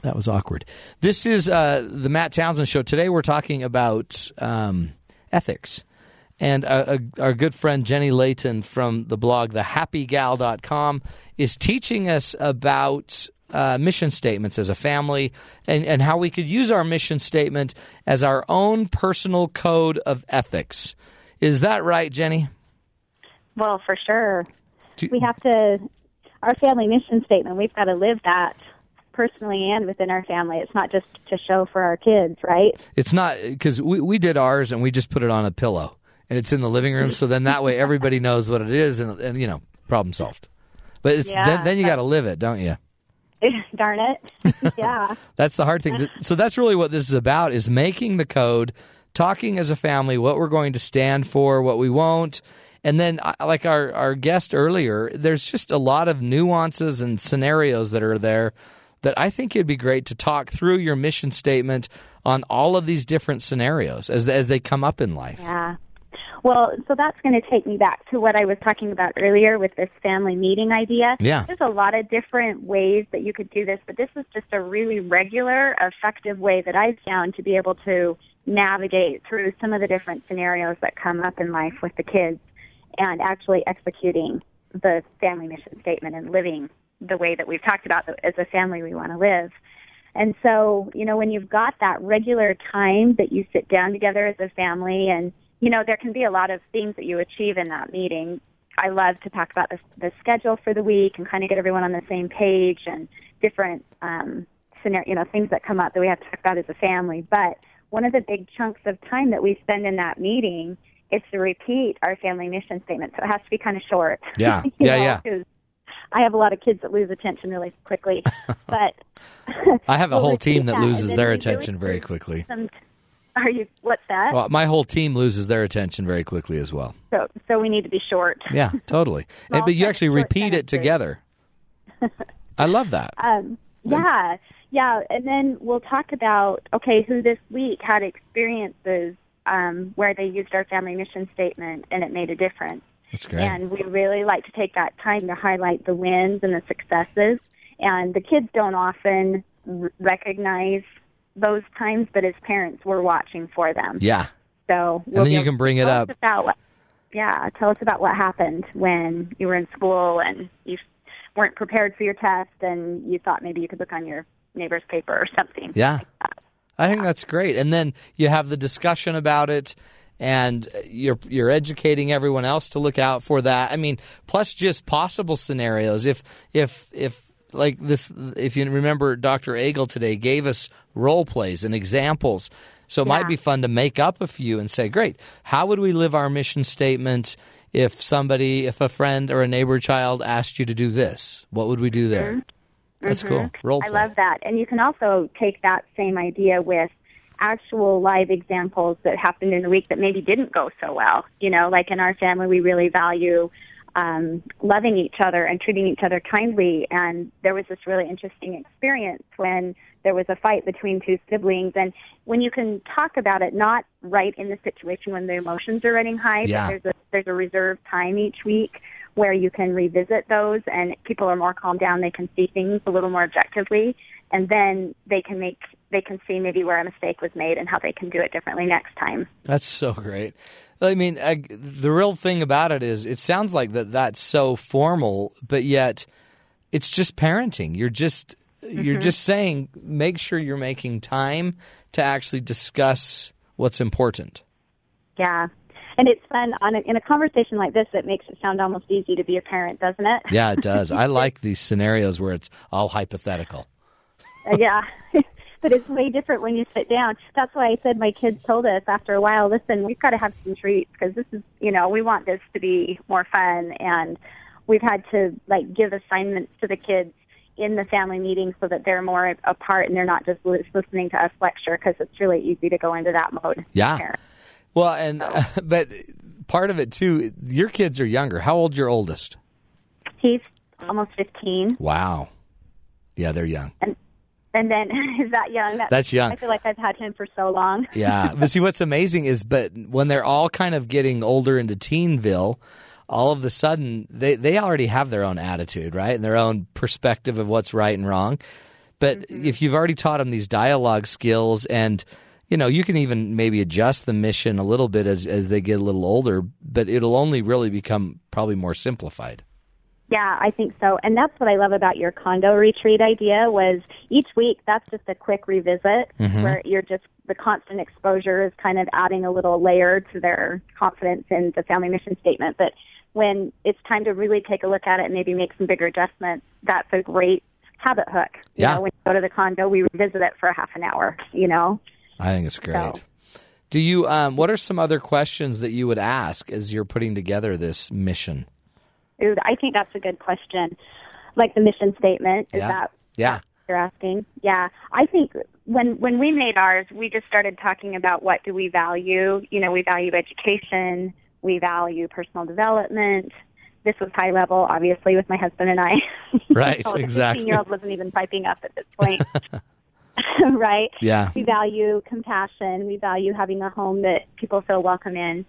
That was awkward. This is uh, the Matt Townsend Show. Today we're talking about um, ethics. And uh, uh, our good friend Jenny Layton from the blog thehappygal.com is teaching us about uh, mission statements as a family and, and how we could use our mission statement as our own personal code of ethics. Is that right, Jenny? Well, for sure. Do- we have to our family mission statement we've got to live that personally and within our family it's not just to show for our kids right It's not because we, we did ours and we just put it on a pillow and it's in the living room. So then that way everybody knows what it is and, and you know, problem solved. But it's, then, Yeah. then you got to live it, don't you? darn it yeah That's the hard thing. So that's really what this is about is making the code, talking as a family, what we're going to stand for, what we won't. And then I- like our, our guest earlier, there's just a lot of nuances and scenarios that are there that I think it'd be great to talk through your mission statement on all of these different scenarios as, as they come up in life. yeah well so that's going to take me back to what i was talking about earlier with this family meeting idea Yeah. there's a lot of different ways that you could do this but this is just a really regular effective way that i've found to be able to navigate through some of the different scenarios that come up in life with the kids and actually executing the family mission statement and living the way that we've talked about that as a family we want to live. And so, you know, when you've got that regular time that you sit down together as a family and, you know, there can be a lot of things that you achieve in that meeting. I love to talk about the, the schedule for the week and kind of get everyone on the same page and different um, scenario, you know, things that come up that we have to talk about as a family. But one of the big chunks of time that we spend in that meeting is to repeat our family mission statement. So it has to be kind of short. Yeah. You Yeah, know, yeah. 'cause I have a lot of kids that lose attention really quickly, but I have a Well, whole let's team do that that, loses and their then we really attention very quickly. some, are you? What's that? Well, my whole team loses their attention very quickly as well. so, so we need to be short. Yeah, totally. And- but you Small actually short repeat it sentences. together. I love that. Um, yeah, yeah, and then we'll talk about okay, who this week had experiences um, where they used our family mission statement and it made a difference. That's great. And we really like to take that time to highlight the wins and the successes. And the kids don't often r- recognize those times, but as parents, we're watching for them. yeah. So then we'll be you able can to bring it tell up. Us about what, yeah, tell us about what happened when you were in school and you weren't prepared for your test, and you thought maybe you could look on your neighbor's paper or something. Yeah. I think that's great. And then you have the discussion about it and you're you're educating everyone else to look out for that. I mean, plus just possible scenarios if if if like this if you remember Dr. Agel today gave us role plays and examples. So it might be fun to make up a few and say, "Great, how would we live our mission statement if somebody, if a friend or a neighbor child asked you to do this? What would we do there?" That's cool. Role Mm-hmm. I play. love that, and you can also take that same idea with actual live examples that happened in the week that maybe didn't go so well. You know, like in our family, we really value um, loving each other and treating each other kindly. And there was this really interesting experience when there was a fight between two siblings. And when you can talk about it, not right in the situation when the emotions are running high, Yeah. but there's a, there's a reserved time each week where you can revisit those and people are more calmed down. They can see things a little more objectively and then they can make, they can see maybe where a mistake was made and how they can do it differently next time. That's so great. I mean, I, the real thing about it is, it sounds like that that's so formal, but yet it's just parenting. You're just you're just saying, make sure you're making time to actually discuss what's important. Yeah. And it's fun on a, in a conversation like this, it makes it sound almost easy to be a parent, doesn't it? Yeah, it does. I like these scenarios where it's all hypothetical. Uh, yeah. but it's way different when you sit down. That's why I said my kids told us after a while, listen, we've got to have some treats because this is, you know, we want this to be more fun. And we've had to like give assignments to the kids in the family meeting so that they're more apart and they're not just lis- listening to us lecture because it's really easy to go into that mode. as a Yeah. parent. Well, and but part of it too, your kids are younger. How old's your oldest? He's almost 15. Wow. Yeah, they're young. And then is that young? That's young. I feel like I've had him for so long. yeah. But see, what's amazing is, but when they're all kind of getting older into Teenville, all of a sudden they, they already have their own attitude, right? And their own perspective of what's right and wrong. But Mm-hmm. if you've already taught them these dialogue skills and, you know, you can even maybe adjust the mission a little bit as, as they get a little older, but it'll only really become probably more simplified. Yeah, I think so. And that's what I love about your condo retreat idea was each week that's just a quick revisit Mm-hmm. where you're just the constant exposure is kind of adding a little layer to their confidence in the family mission statement. But when it's time to really take a look at it and maybe make some bigger adjustments, that's a great habit hook. You Yeah. know, when you go to the condo, we revisit it for a half an hour, you know? I think it's great. So- Do you, um, what are some other questions that you would ask as you're putting together this mission? Ooh, I think that's a good question. Like the mission statement, is Yeah. that Yeah. you're asking? Yeah, I think when when we made ours, we just started talking about what do we value. You know, we value education, we value personal development. This was high level, obviously, with my husband and I. Right, So exactly. The year old wasn't even piping up at this point, right? Yeah. We value compassion. We value having a home that people feel welcome in.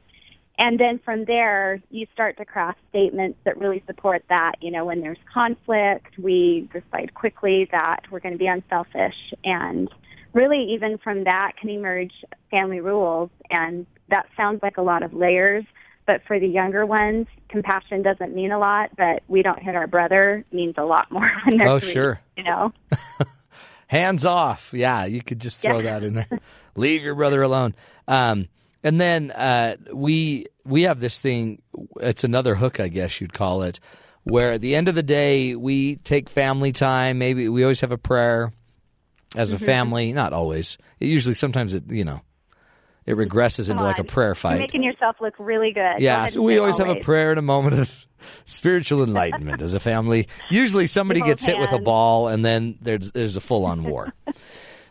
And then from there, you start to craft statements that really support that. You know, when there's conflict, we decide quickly that we're going to be unselfish. And really, even from that can emerge family rules. And that sounds like a lot of layers. But for the younger ones, compassion doesn't mean a lot, but we don't hit our brother means a lot more when they're Oh, three, sure. You know? hands off. Yeah, you could just throw that in there. Leave your brother alone. Um, and then uh, we we have this thing. It's another hook, I guess you'd call it, where at the end of the day we take family time. Maybe we always have a prayer as a family. Not always. It usually sometimes it you know It regresses into like a God. prayer You're fight. making yourself look really good. Go Yeah, ahead so and we say always have a always. prayer and a moment of spiritual enlightenment as a family. Usually somebody hold gets hit with a hands. ball and then there's there's a full-on war.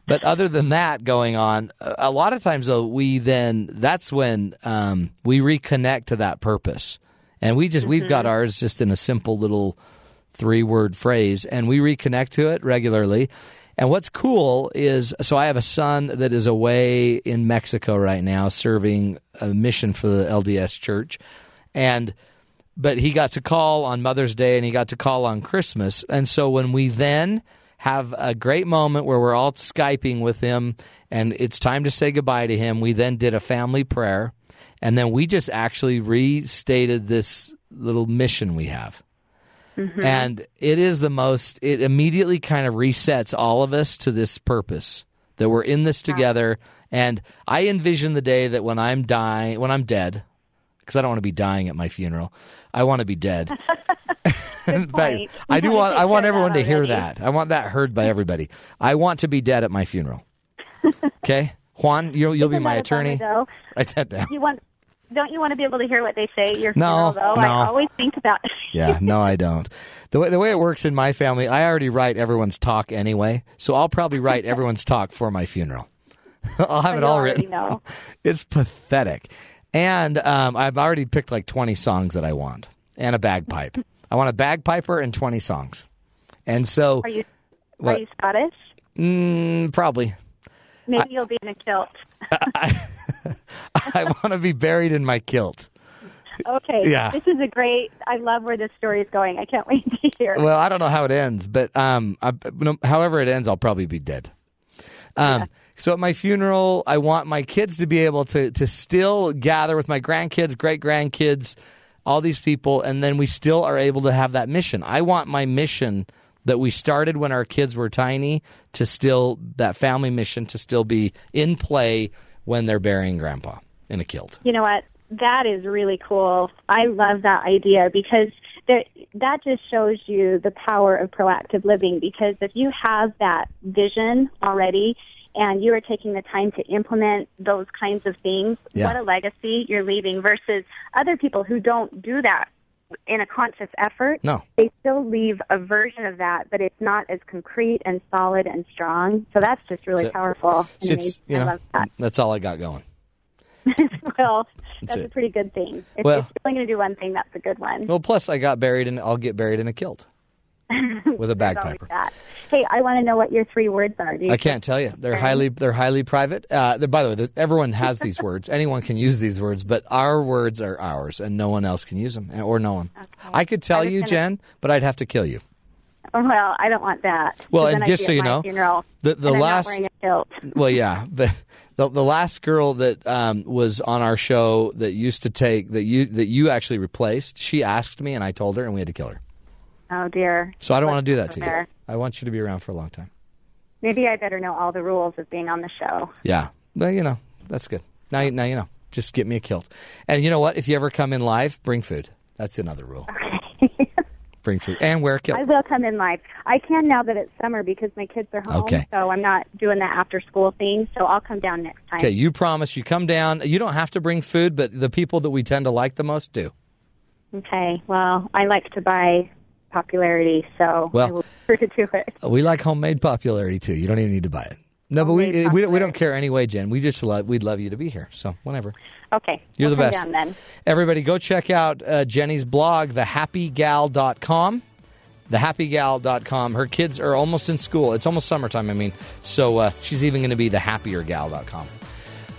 but other than that going on, a a lot of times though we then that's when um, we reconnect to that purpose. And we just we've got ours just in a simple little three-word phrase and we reconnect to it regularly. And what's cool is so I have a son that is away in Mexico right now serving a mission for the LDS church and but he got to call on Mother's Day and he got to call on Christmas. And so when we then have a great moment where we're all Skyping with him and it's time to say goodbye to him, we then did a family prayer and then we just actually restated this little mission we have. Mm-hmm. And it is the most, it immediately kind of resets all of us to this purpose that we're in this together. And I envision the day that when I'm dying, when I'm dead, because I don't want to be dying at my funeral. I want to be dead. In fact, point. I do I want. think I want you said everyone that to hear already. that. I want that heard by everybody. I want to be dead at my funeral. Okay, Juan, you'll you'll be Isn't my that a bummer, attorney. though? Write that down. You want? Don't you want to be able to hear what they say at your No, funeral? Though no. I always think about. Yeah, no, I don't. The way the way it works in my family, I already write everyone's talk anyway, so I'll probably write everyone's talk for my funeral. I'll have it You all already written. know. It's pathetic. And um, I've already picked like 20 songs that I want and a bagpipe. I want a bagpiper and 20 songs. And so, Are you? What? Are you Scottish? mm, probably, Maybe you'll be in a kilt. I want to be buried in my kilt. Okay. Yeah. This is a great. I love where this story is going. I can't wait to hear. Well, I don't know how it ends, but um, I, no- however it ends, I'll probably be dead. Um, So at my funeral, I want my kids to be able to to still gather with my grandkids, great grandkids, all these people, and then we still are able to have that mission. I want my mission that we started when our kids were tiny to still that family mission to still be in play when they're burying grandpa in a kilt. You know what? That is really cool. I love that idea because there, that just shows you the power of proactive living. Because if you have that vision already and you are taking the time to implement those kinds of things, Yeah. what a legacy you're leaving versus other people who don't do that in a conscious effort. No. They still leave a version of that, but it's not as concrete and solid and strong. So that's just really That's it. powerful. and So it's, amazing. you I know, love that. that's all I got going. Well, that's it. a pretty good thing. If Well- Oh you're only going to do one thing, that's a good one. Well, plus I got buried and I'll get buried in a kilt with a There's always bagpiper. that. Hey, I want to know what your three words are. Do you I can't tell you. They're highly they're highly private. Uh, they're- by the way, the, everyone has these words. Anyone can use these words, but our words are ours, and no one else can use them, or no one. I could tell was you, gonna- Jen, but I'd have to kill you. Oh, well, I don't want that. Well, 'Cause and then I'd just be so at you my know, funeral, the- the and I'm not last- wearing a kilt. Well, yeah, but the the last girl that um, was on our show that used to take that you that you actually replaced, she asked me, and I told her, and we had to kill her. Oh dear. So I don't want to do that to you. Fair. I want you to be around for a long time. Maybe I better know all the rules of being on the show. Yeah. Well, you know, that's good. Now, you now you know. Just get me a kilt. And you know what? If you ever come in live, bring food. That's another rule. bring food and wear a kilt. I will come in live. I can now that it's summer because my kids are home. Okay. So I'm not doing the after school thing. So I'll come down next time. Okay, you promise you come down. You don't have to bring food, but the people that we tend to like the most do. Okay. Well, I like to buy popularity, so Well- I will be sure to do it. We like homemade popularity too. You don't even need to buy it. No, but we, Homemade we don't- we don't popularity. care anyway, Jen. We just love we'd love you to be here. So whenever. Okay. You're I'll the come best. Down then. Everybody, go check out uh, Jenny's blog, thehappygal.com. Thehappygal.com. Her kids are almost in school. It's almost summertime, I mean. So uh, she's even going to be thehappiergal.com.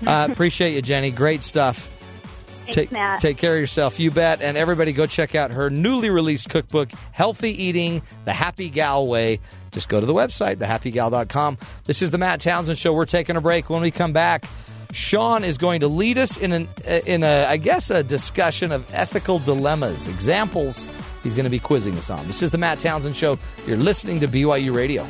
Uh, appreciate you, Jenny. Great stuff. Thanks, Take, Matt. take care of yourself, you bet. And everybody, go check out her newly released cookbook, Healthy Eating the Happy Gal Way. Just go to the website, thehappygal.com. This is the Matt Townsend Show. We're taking a break. When we come back, Sean is going to lead us in an in a I guess a discussion of ethical dilemmas, examples. He's going to be quizzing us on. This is the Matt Townsend Show. You're listening to BYU Radio.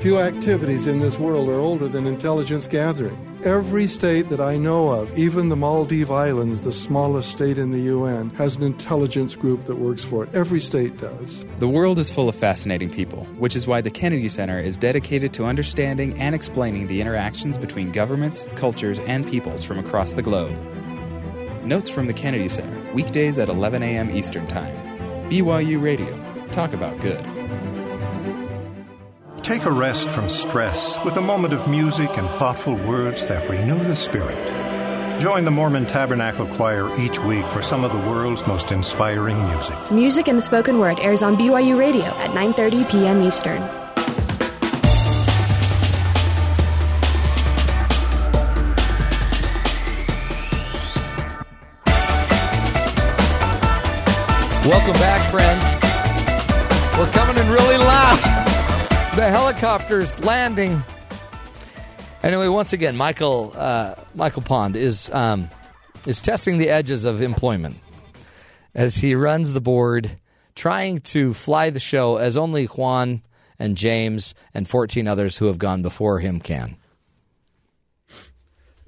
Few activities in this world are older than intelligence gathering. Every state that I know of, even the Maldive Islands, the smallest state in the UN, has an intelligence group that works for it. Every state does. The world is full of fascinating people, which is why the Kennedy Center is dedicated to understanding and explaining the interactions between governments, cultures, and peoples from across the globe. Notes from the Kennedy Center, weekdays at 11 a.m. Eastern Time. BYU Radio. Talk about good. Take a rest from stress with a moment of music and thoughtful words that renew the spirit. Join the Mormon Tabernacle Choir each week for some of the world's most inspiring music. Music and the Spoken Word airs on BYU Radio at 9:30 p.m. Eastern. Welcome back, friends. We're coming in really loud. The helicopter's landing. Anyway, once again, Michael uh, Michael Pond is um, is testing the edges of employment as he runs the board, trying to fly the show as only Juan and James and fourteen others who have gone before him can.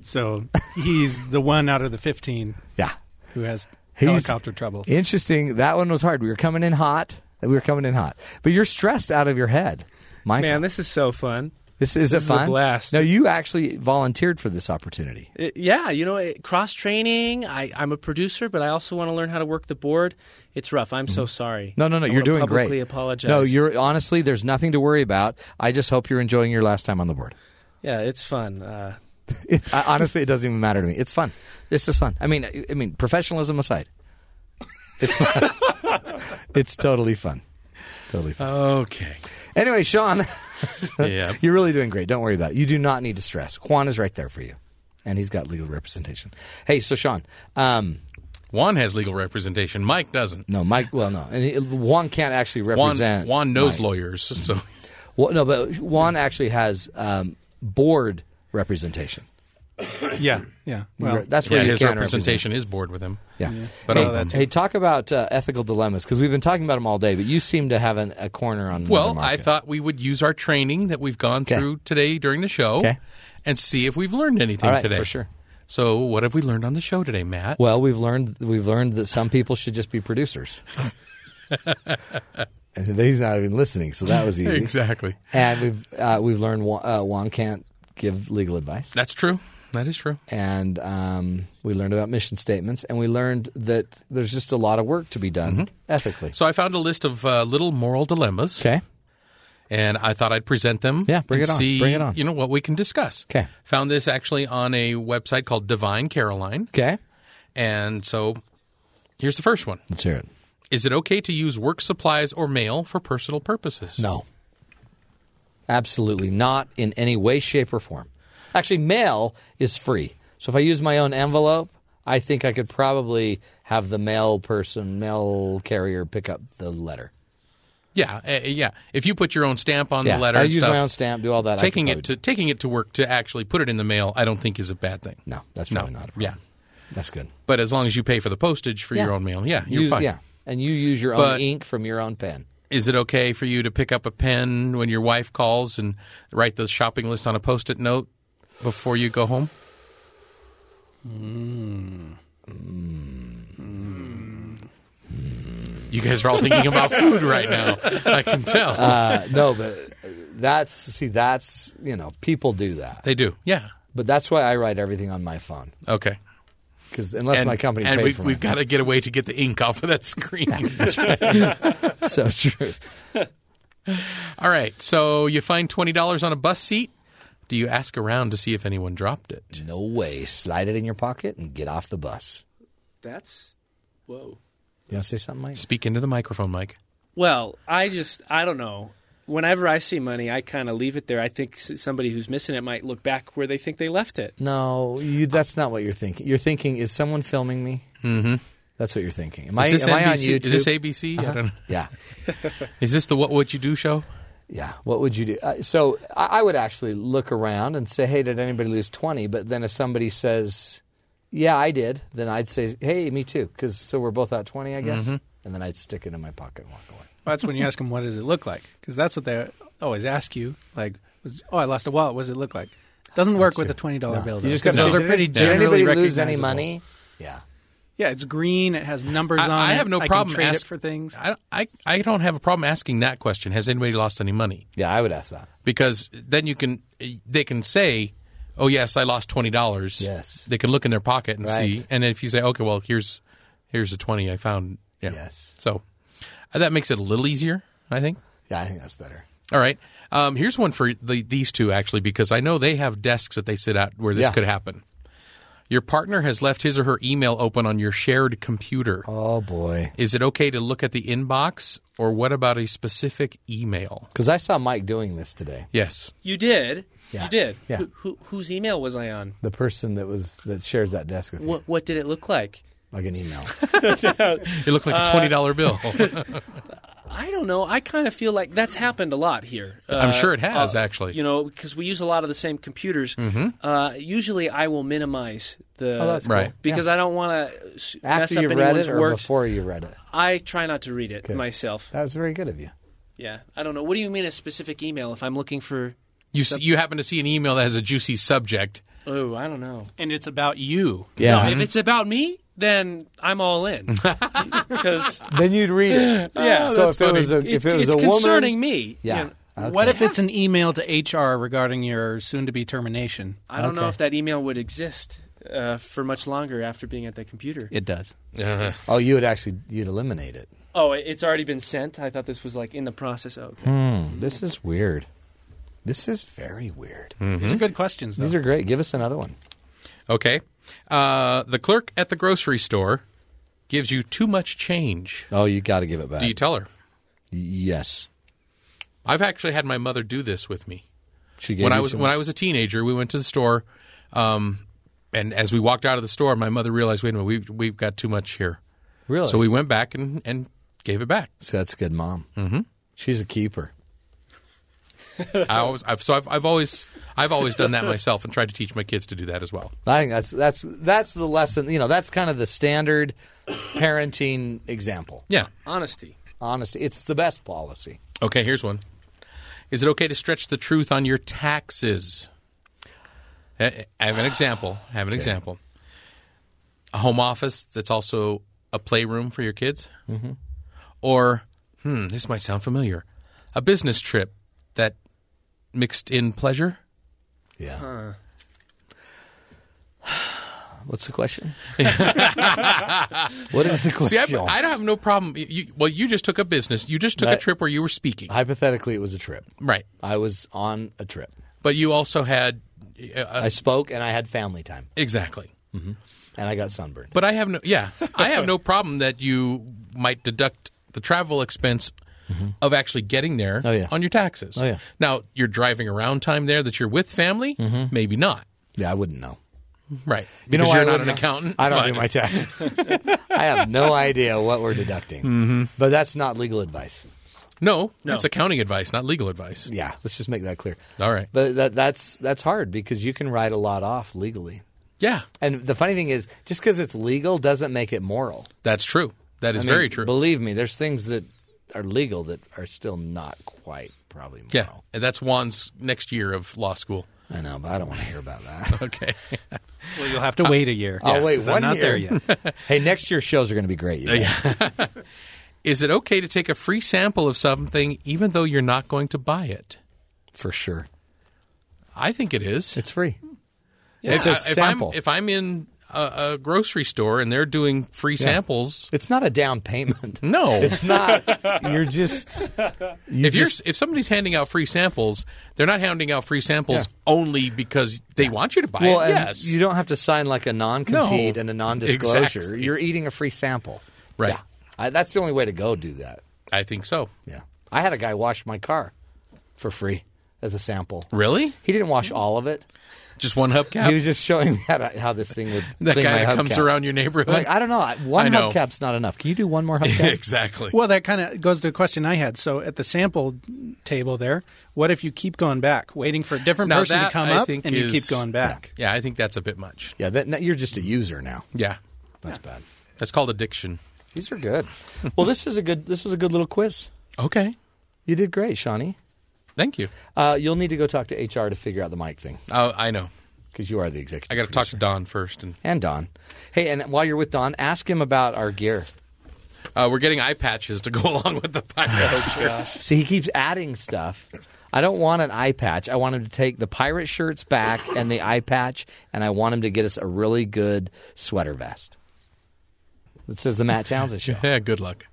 So he's the one out of the 15 Yeah, who has He's- helicopter troubles. Interesting. That one was hard. We were coming in hot. We were coming in hot. But you're stressed out of your head, Michael. Man, this is so fun. This is this a is a fun blast. No, you actually volunteered for this opportunity. It- yeah, you know, cross training. I'm a producer, but I also want to learn how to work the board. It's rough. I'm so sorry. Mm-hmm. No, no, no. I you're wanna doing publicly great. Apologize. No, you're honestly. There's nothing to worry about. I just hope you're enjoying your last time on the board. Yeah, it's fun. Uh, I, honestly, it doesn't even matter to me. It's fun. It's just fun. I mean, I, I mean, professionalism aside, it's fun. it's totally fun. Totally fun. Okay. Anyway, Sean, Yeah. you're really doing great. Don't worry about it. You do not need to stress. Juan is right there for you, and he's got legal representation. Hey, so Sean, um, Juan has legal representation. Mike doesn't. no, Mike. Well, no, and he- Juan can't actually Juan, represent. Juan knows Mike. lawyers, so Well, no, but Juan actually has um, board representation. yeah, yeah. Well, that's where yeah, you his can representation is bored with him. represent. Yeah. But hey, other than- hey, talk about uh, ethical dilemmas because we've been talking about them all day, but you seem to have an, a corner on. another Well, I market. thought we would use our training that we've gone Okay. through today during the show Okay. and see if we've learned anything All right, today. for sure. So, what have we learned on the show today, Matt? Well, we've learned we've learned that some people should just be producers. and he's not even listening, so that was easy. Exactly. And we've uh, we've learned Juan, uh, Juan can't give legal advice, That's true. That is true. and um, we learned about mission statements, and we learned that there's just a lot of work to be done ethically. Mm-hmm. So, I found a list of uh, little moral dilemmas, Okay. and I thought I'd present them. Yeah, bring and it on. See, Bring it on. You know what we can discuss. Okay. Found this actually on a website called Divine Caroline, Okay. and so here's the first one: Let's hear it. Is it okay to use work supplies or mail for personal purposes? No. Absolutely not in any way, shape, or form. Actually, mail is free. So if I use my own envelope, I think I could probably have the mail person, mail carrier pick up the letter. Yeah, uh, yeah. If you put your own stamp on yeah, the letter, I and use stuff, my own stamp, do all that. I could taking it probably to taking it to work to actually put it in the mail, I don't think is a bad thing. do- no, that's probably no, not. A problem. yeah. that's good. But as long as you pay for the postage for your Yeah. own mail, yeah, you're Use- fine. Yeah, and you use your own But- ink from your own pen. Is it okay for you to pick up a pen when your wife calls and write the shopping list on a post-it note before you go home? Hmm. You guys are all thinking about food right now. I can tell. Uh, no, but that's see, that's you know, people do that. they do. Yeah. But that's why I write everything on my phone Okay. because unless my company and paid we've, for we've my- got to get a way to get the ink off of that screen. so true. All right. So you find twenty dollars on a bus seat. Do you ask around to see if anyone dropped it? No way. Slide it in your pocket and get off the bus. that's whoa. You want to say something, Mike? Speak into the microphone, Mike. Well, I just I don't know. Whenever I see money, I kind of leave it there. I think s- somebody who's missing it might look back where they think they left it. No, you, that's not what you're thinking. You're thinking, is someone filming me? Mm-hmm. That's what you're thinking. Am, I, Is this am I on NBC? YouTube? Uh-huh. Is this ABC? I don't know. yeah. Is this the What Would You Do show? Yeah. What would you do? Uh, so I, I would actually look around and say, hey, did anybody lose 20? But then if somebody says, yeah, I did, then I'd say, hey, me too. Cause, so we're both out 20, I guess. Mm-hmm. And then I'd stick it in my pocket and walk away. Well, that's when you ask them, what does it look like? Because that's what they always ask you. Like, was- oh, I lost a wallet. What does it look like? Doesn't work with a twenty dollar bill. You just though. gotta Those say, are did pretty it- did generally anybody lose any recognizable. money? Yeah. Yeah, it's green. It has numbers on I, I it. have no I problem Can trade ask- it for things. I, I I don't have a problem asking that question. Has anybody lost any money? Yeah, I would ask that because then you can they can say, "Oh yes, I lost twenty dollars." Yes. they can look in their pocket and Right. see. And if you say, "Okay, well here's here's the twenty I found," yeah. yes, so uh, that makes it a little easier, I think. Yeah, I think that's better. All right, um, here's one for the, these two actually because I know they have desks that they sit at where this Yeah. could happen. Your partner has left his or her email open on your shared computer. Oh boy. Is it okay to look at the inbox or what about a specific email? Because I saw Mike doing this today. Yes. You did. Yeah. You did. Yeah. Who, who, whose email was I on? The person that was that shares that desk with you, What, what did it look like? like an email. it looked like a $20 bill. I don't know. I kind of feel like that's happened a lot here. Uh, I'm sure it has, actually. You know, because we use a lot of the same computers. Mhm. Uh, usually, I will minimize the Oh, that's cool. Mm-hmm. Right. because Yeah. I don't want to mess After up you've read anyone's it or work. before you read it. I try not to read it Good. myself. That was very good of you. Yeah, I don't know. What do you mean a specific email? If I'm looking for You s you happen to see an email that has a juicy subject. oh, I don't know, and it's about you. Yeah. No, Um, if it's about me, then I'm all in. Because Then you'd read it. Yeah. so That's if it was a, funny. if It- it was it's a woman, concerning me. Yeah. Okay. What if it's an email to HR regarding your soon-to-be termination? I don't know if that email would exist uh, for much longer after being at that computer. it does. Oh, you would actually you'd eliminate it. Oh, it- it's already been sent. I thought this was like in the process. Oh, okay. Hmm. This is weird. This is very weird. Hmm? These are good questions. Though. These are great. Give us another one. Okay. Uh, the clerk at the grocery store gives you too much change. Oh, you got to give it back. Do you tell her? yes. I've actually had my mother do this with me. She gave when you I was too when much? I was a teenager, we went to the store, um, and as we walked out of the store, my mother realized, wait a minute, we we've got too much here. Really? So we went back and, and gave it back. So that's a good mom. Mm-hmm. She's a keeper. I always I've, so I've, I've always I've always done that myself and tried to teach my kids to do that as well. I think that's that's that's the lesson. You know, that's kind of the standard parenting example. Yeah. Honesty. Honesty. It's the best policy. Okay, here's one. Is it okay to stretch the truth on your taxes? I I have an example. I have an Okay. example. A home office that's also a playroom for your kids, Mhm. or hmm, this might sound familiar. A business trip that mixed in pleasure. Yeah. What's the question? What is the See, I, question? I don't have no problem. You, well, you just took a business. You just took a That- trip where you were speaking. Hypothetically, it was a trip. Right. I was on a trip. But you also had. Uh, I spoke and I had family time. Exactly. hmm And I got sunburned. But I have no, yeah, I have no problem that you might deduct the travel expense of actually getting there Mm-hmm. Oh, yeah. on your taxes. Oh, yeah. Now your driving around time there that you're with family, maybe not. Yeah, I wouldn't know. Right, Mm-hmm. You know because why I you're not an wouldn't know? accountant. I don't but- do my taxes. I have no idea what we're deducting. But that's not legal advice. No, No. that's accounting advice, not legal advice. Yeah, let's just make that clear. All right. But that, that's that's hard because you can write a lot off legally. Yeah. And the funny thing is, just because it's legal doesn't make it moral. That's true. That is I mean, very true. Believe me, there's things that are legal that are still not quite probably moral. Yeah, and that's Juan's next year of law school. I know, but I don't want to hear about that. okay. Well, you'll have to Uh, oh, wait a year. I'll wait 'cause I'm one not year. there yet. hey, next year's shows are going to be great. You guys. Is it okay to take a free sample of something even though you're not going to buy it? For sure. I think it is. It's free. Yeah, It's a I- sample. I'm, if I'm in a, a grocery store and they're doing free Yeah. samples, It's not a down payment. no, It's not. You're just. you if you're just- if somebody's handing out free samples, they're not handing out free samples only because they want you to buy well, it. and Yes, you don't have to sign like a non-compete No. and a non-disclosure. Exactly. You're eating a free sample, Right. Yeah. I, that's the only way to go. Do that. I think so. Yeah, I had a guy wash my car for free as a sample. Really? He didn't Mm-hmm. wash all of it. Just one hubcap. He was just showing me how, to, how this thing would that clean guy my that comes hubcaps. around your neighborhood. Like, I don't know. I- One I know. hubcap's not enough. Can you do one more hubcap? exactly. Well, that kind of goes to a question I had. So at the sample table there, what if you keep going back, waiting for a different Now person to that, come I up, think and you is- keep going back? Yeah, I think that's a bit much. Yeah, that, you're just a user now. Yeah, That's bad. that's called addiction. These are good. well, this is a good. This was a good little quiz. Okay. You did great, Shawnee. Thank you. Uh, you'll need to go talk to HR to figure out the mic thing. Oh, I know. Because you are the executive. I got to talk to Don first, and And Don. Hey, and while you're with Don, ask him about our gear. uh, we're getting eye patches to go along with the pirate shirts. See, he keeps adding stuff. I don't want an eye patch. I want him to take the pirate shirts back and the eye patch, and I want him to get us a really good sweater vest. That says the Matt Townsend Show. yeah, good luck.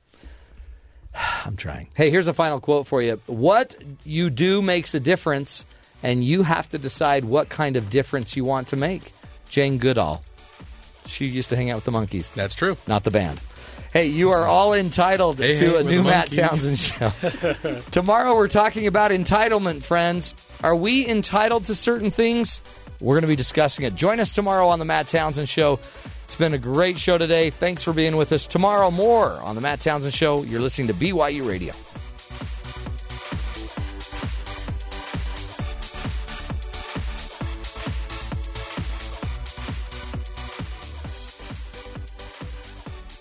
I'm trying. Hey, here's a final quote for you. What you do makes a difference, and you have to decide what kind of difference you want to make. Jane Goodall. She used to hang out with the monkeys. That's true. Not the band. Hey, you are all entitled Hey, hey, to a we're new the Matt monkeys. Townsend show. Tomorrow we're talking about entitlement, friends. Are we entitled to certain things? We're going to be discussing it. Join us tomorrow on the Matt Townsend Show. It's been a great show today. Thanks for being with us. Tomorrow, more on the Matt Townsend Show. You're listening to BYU Radio.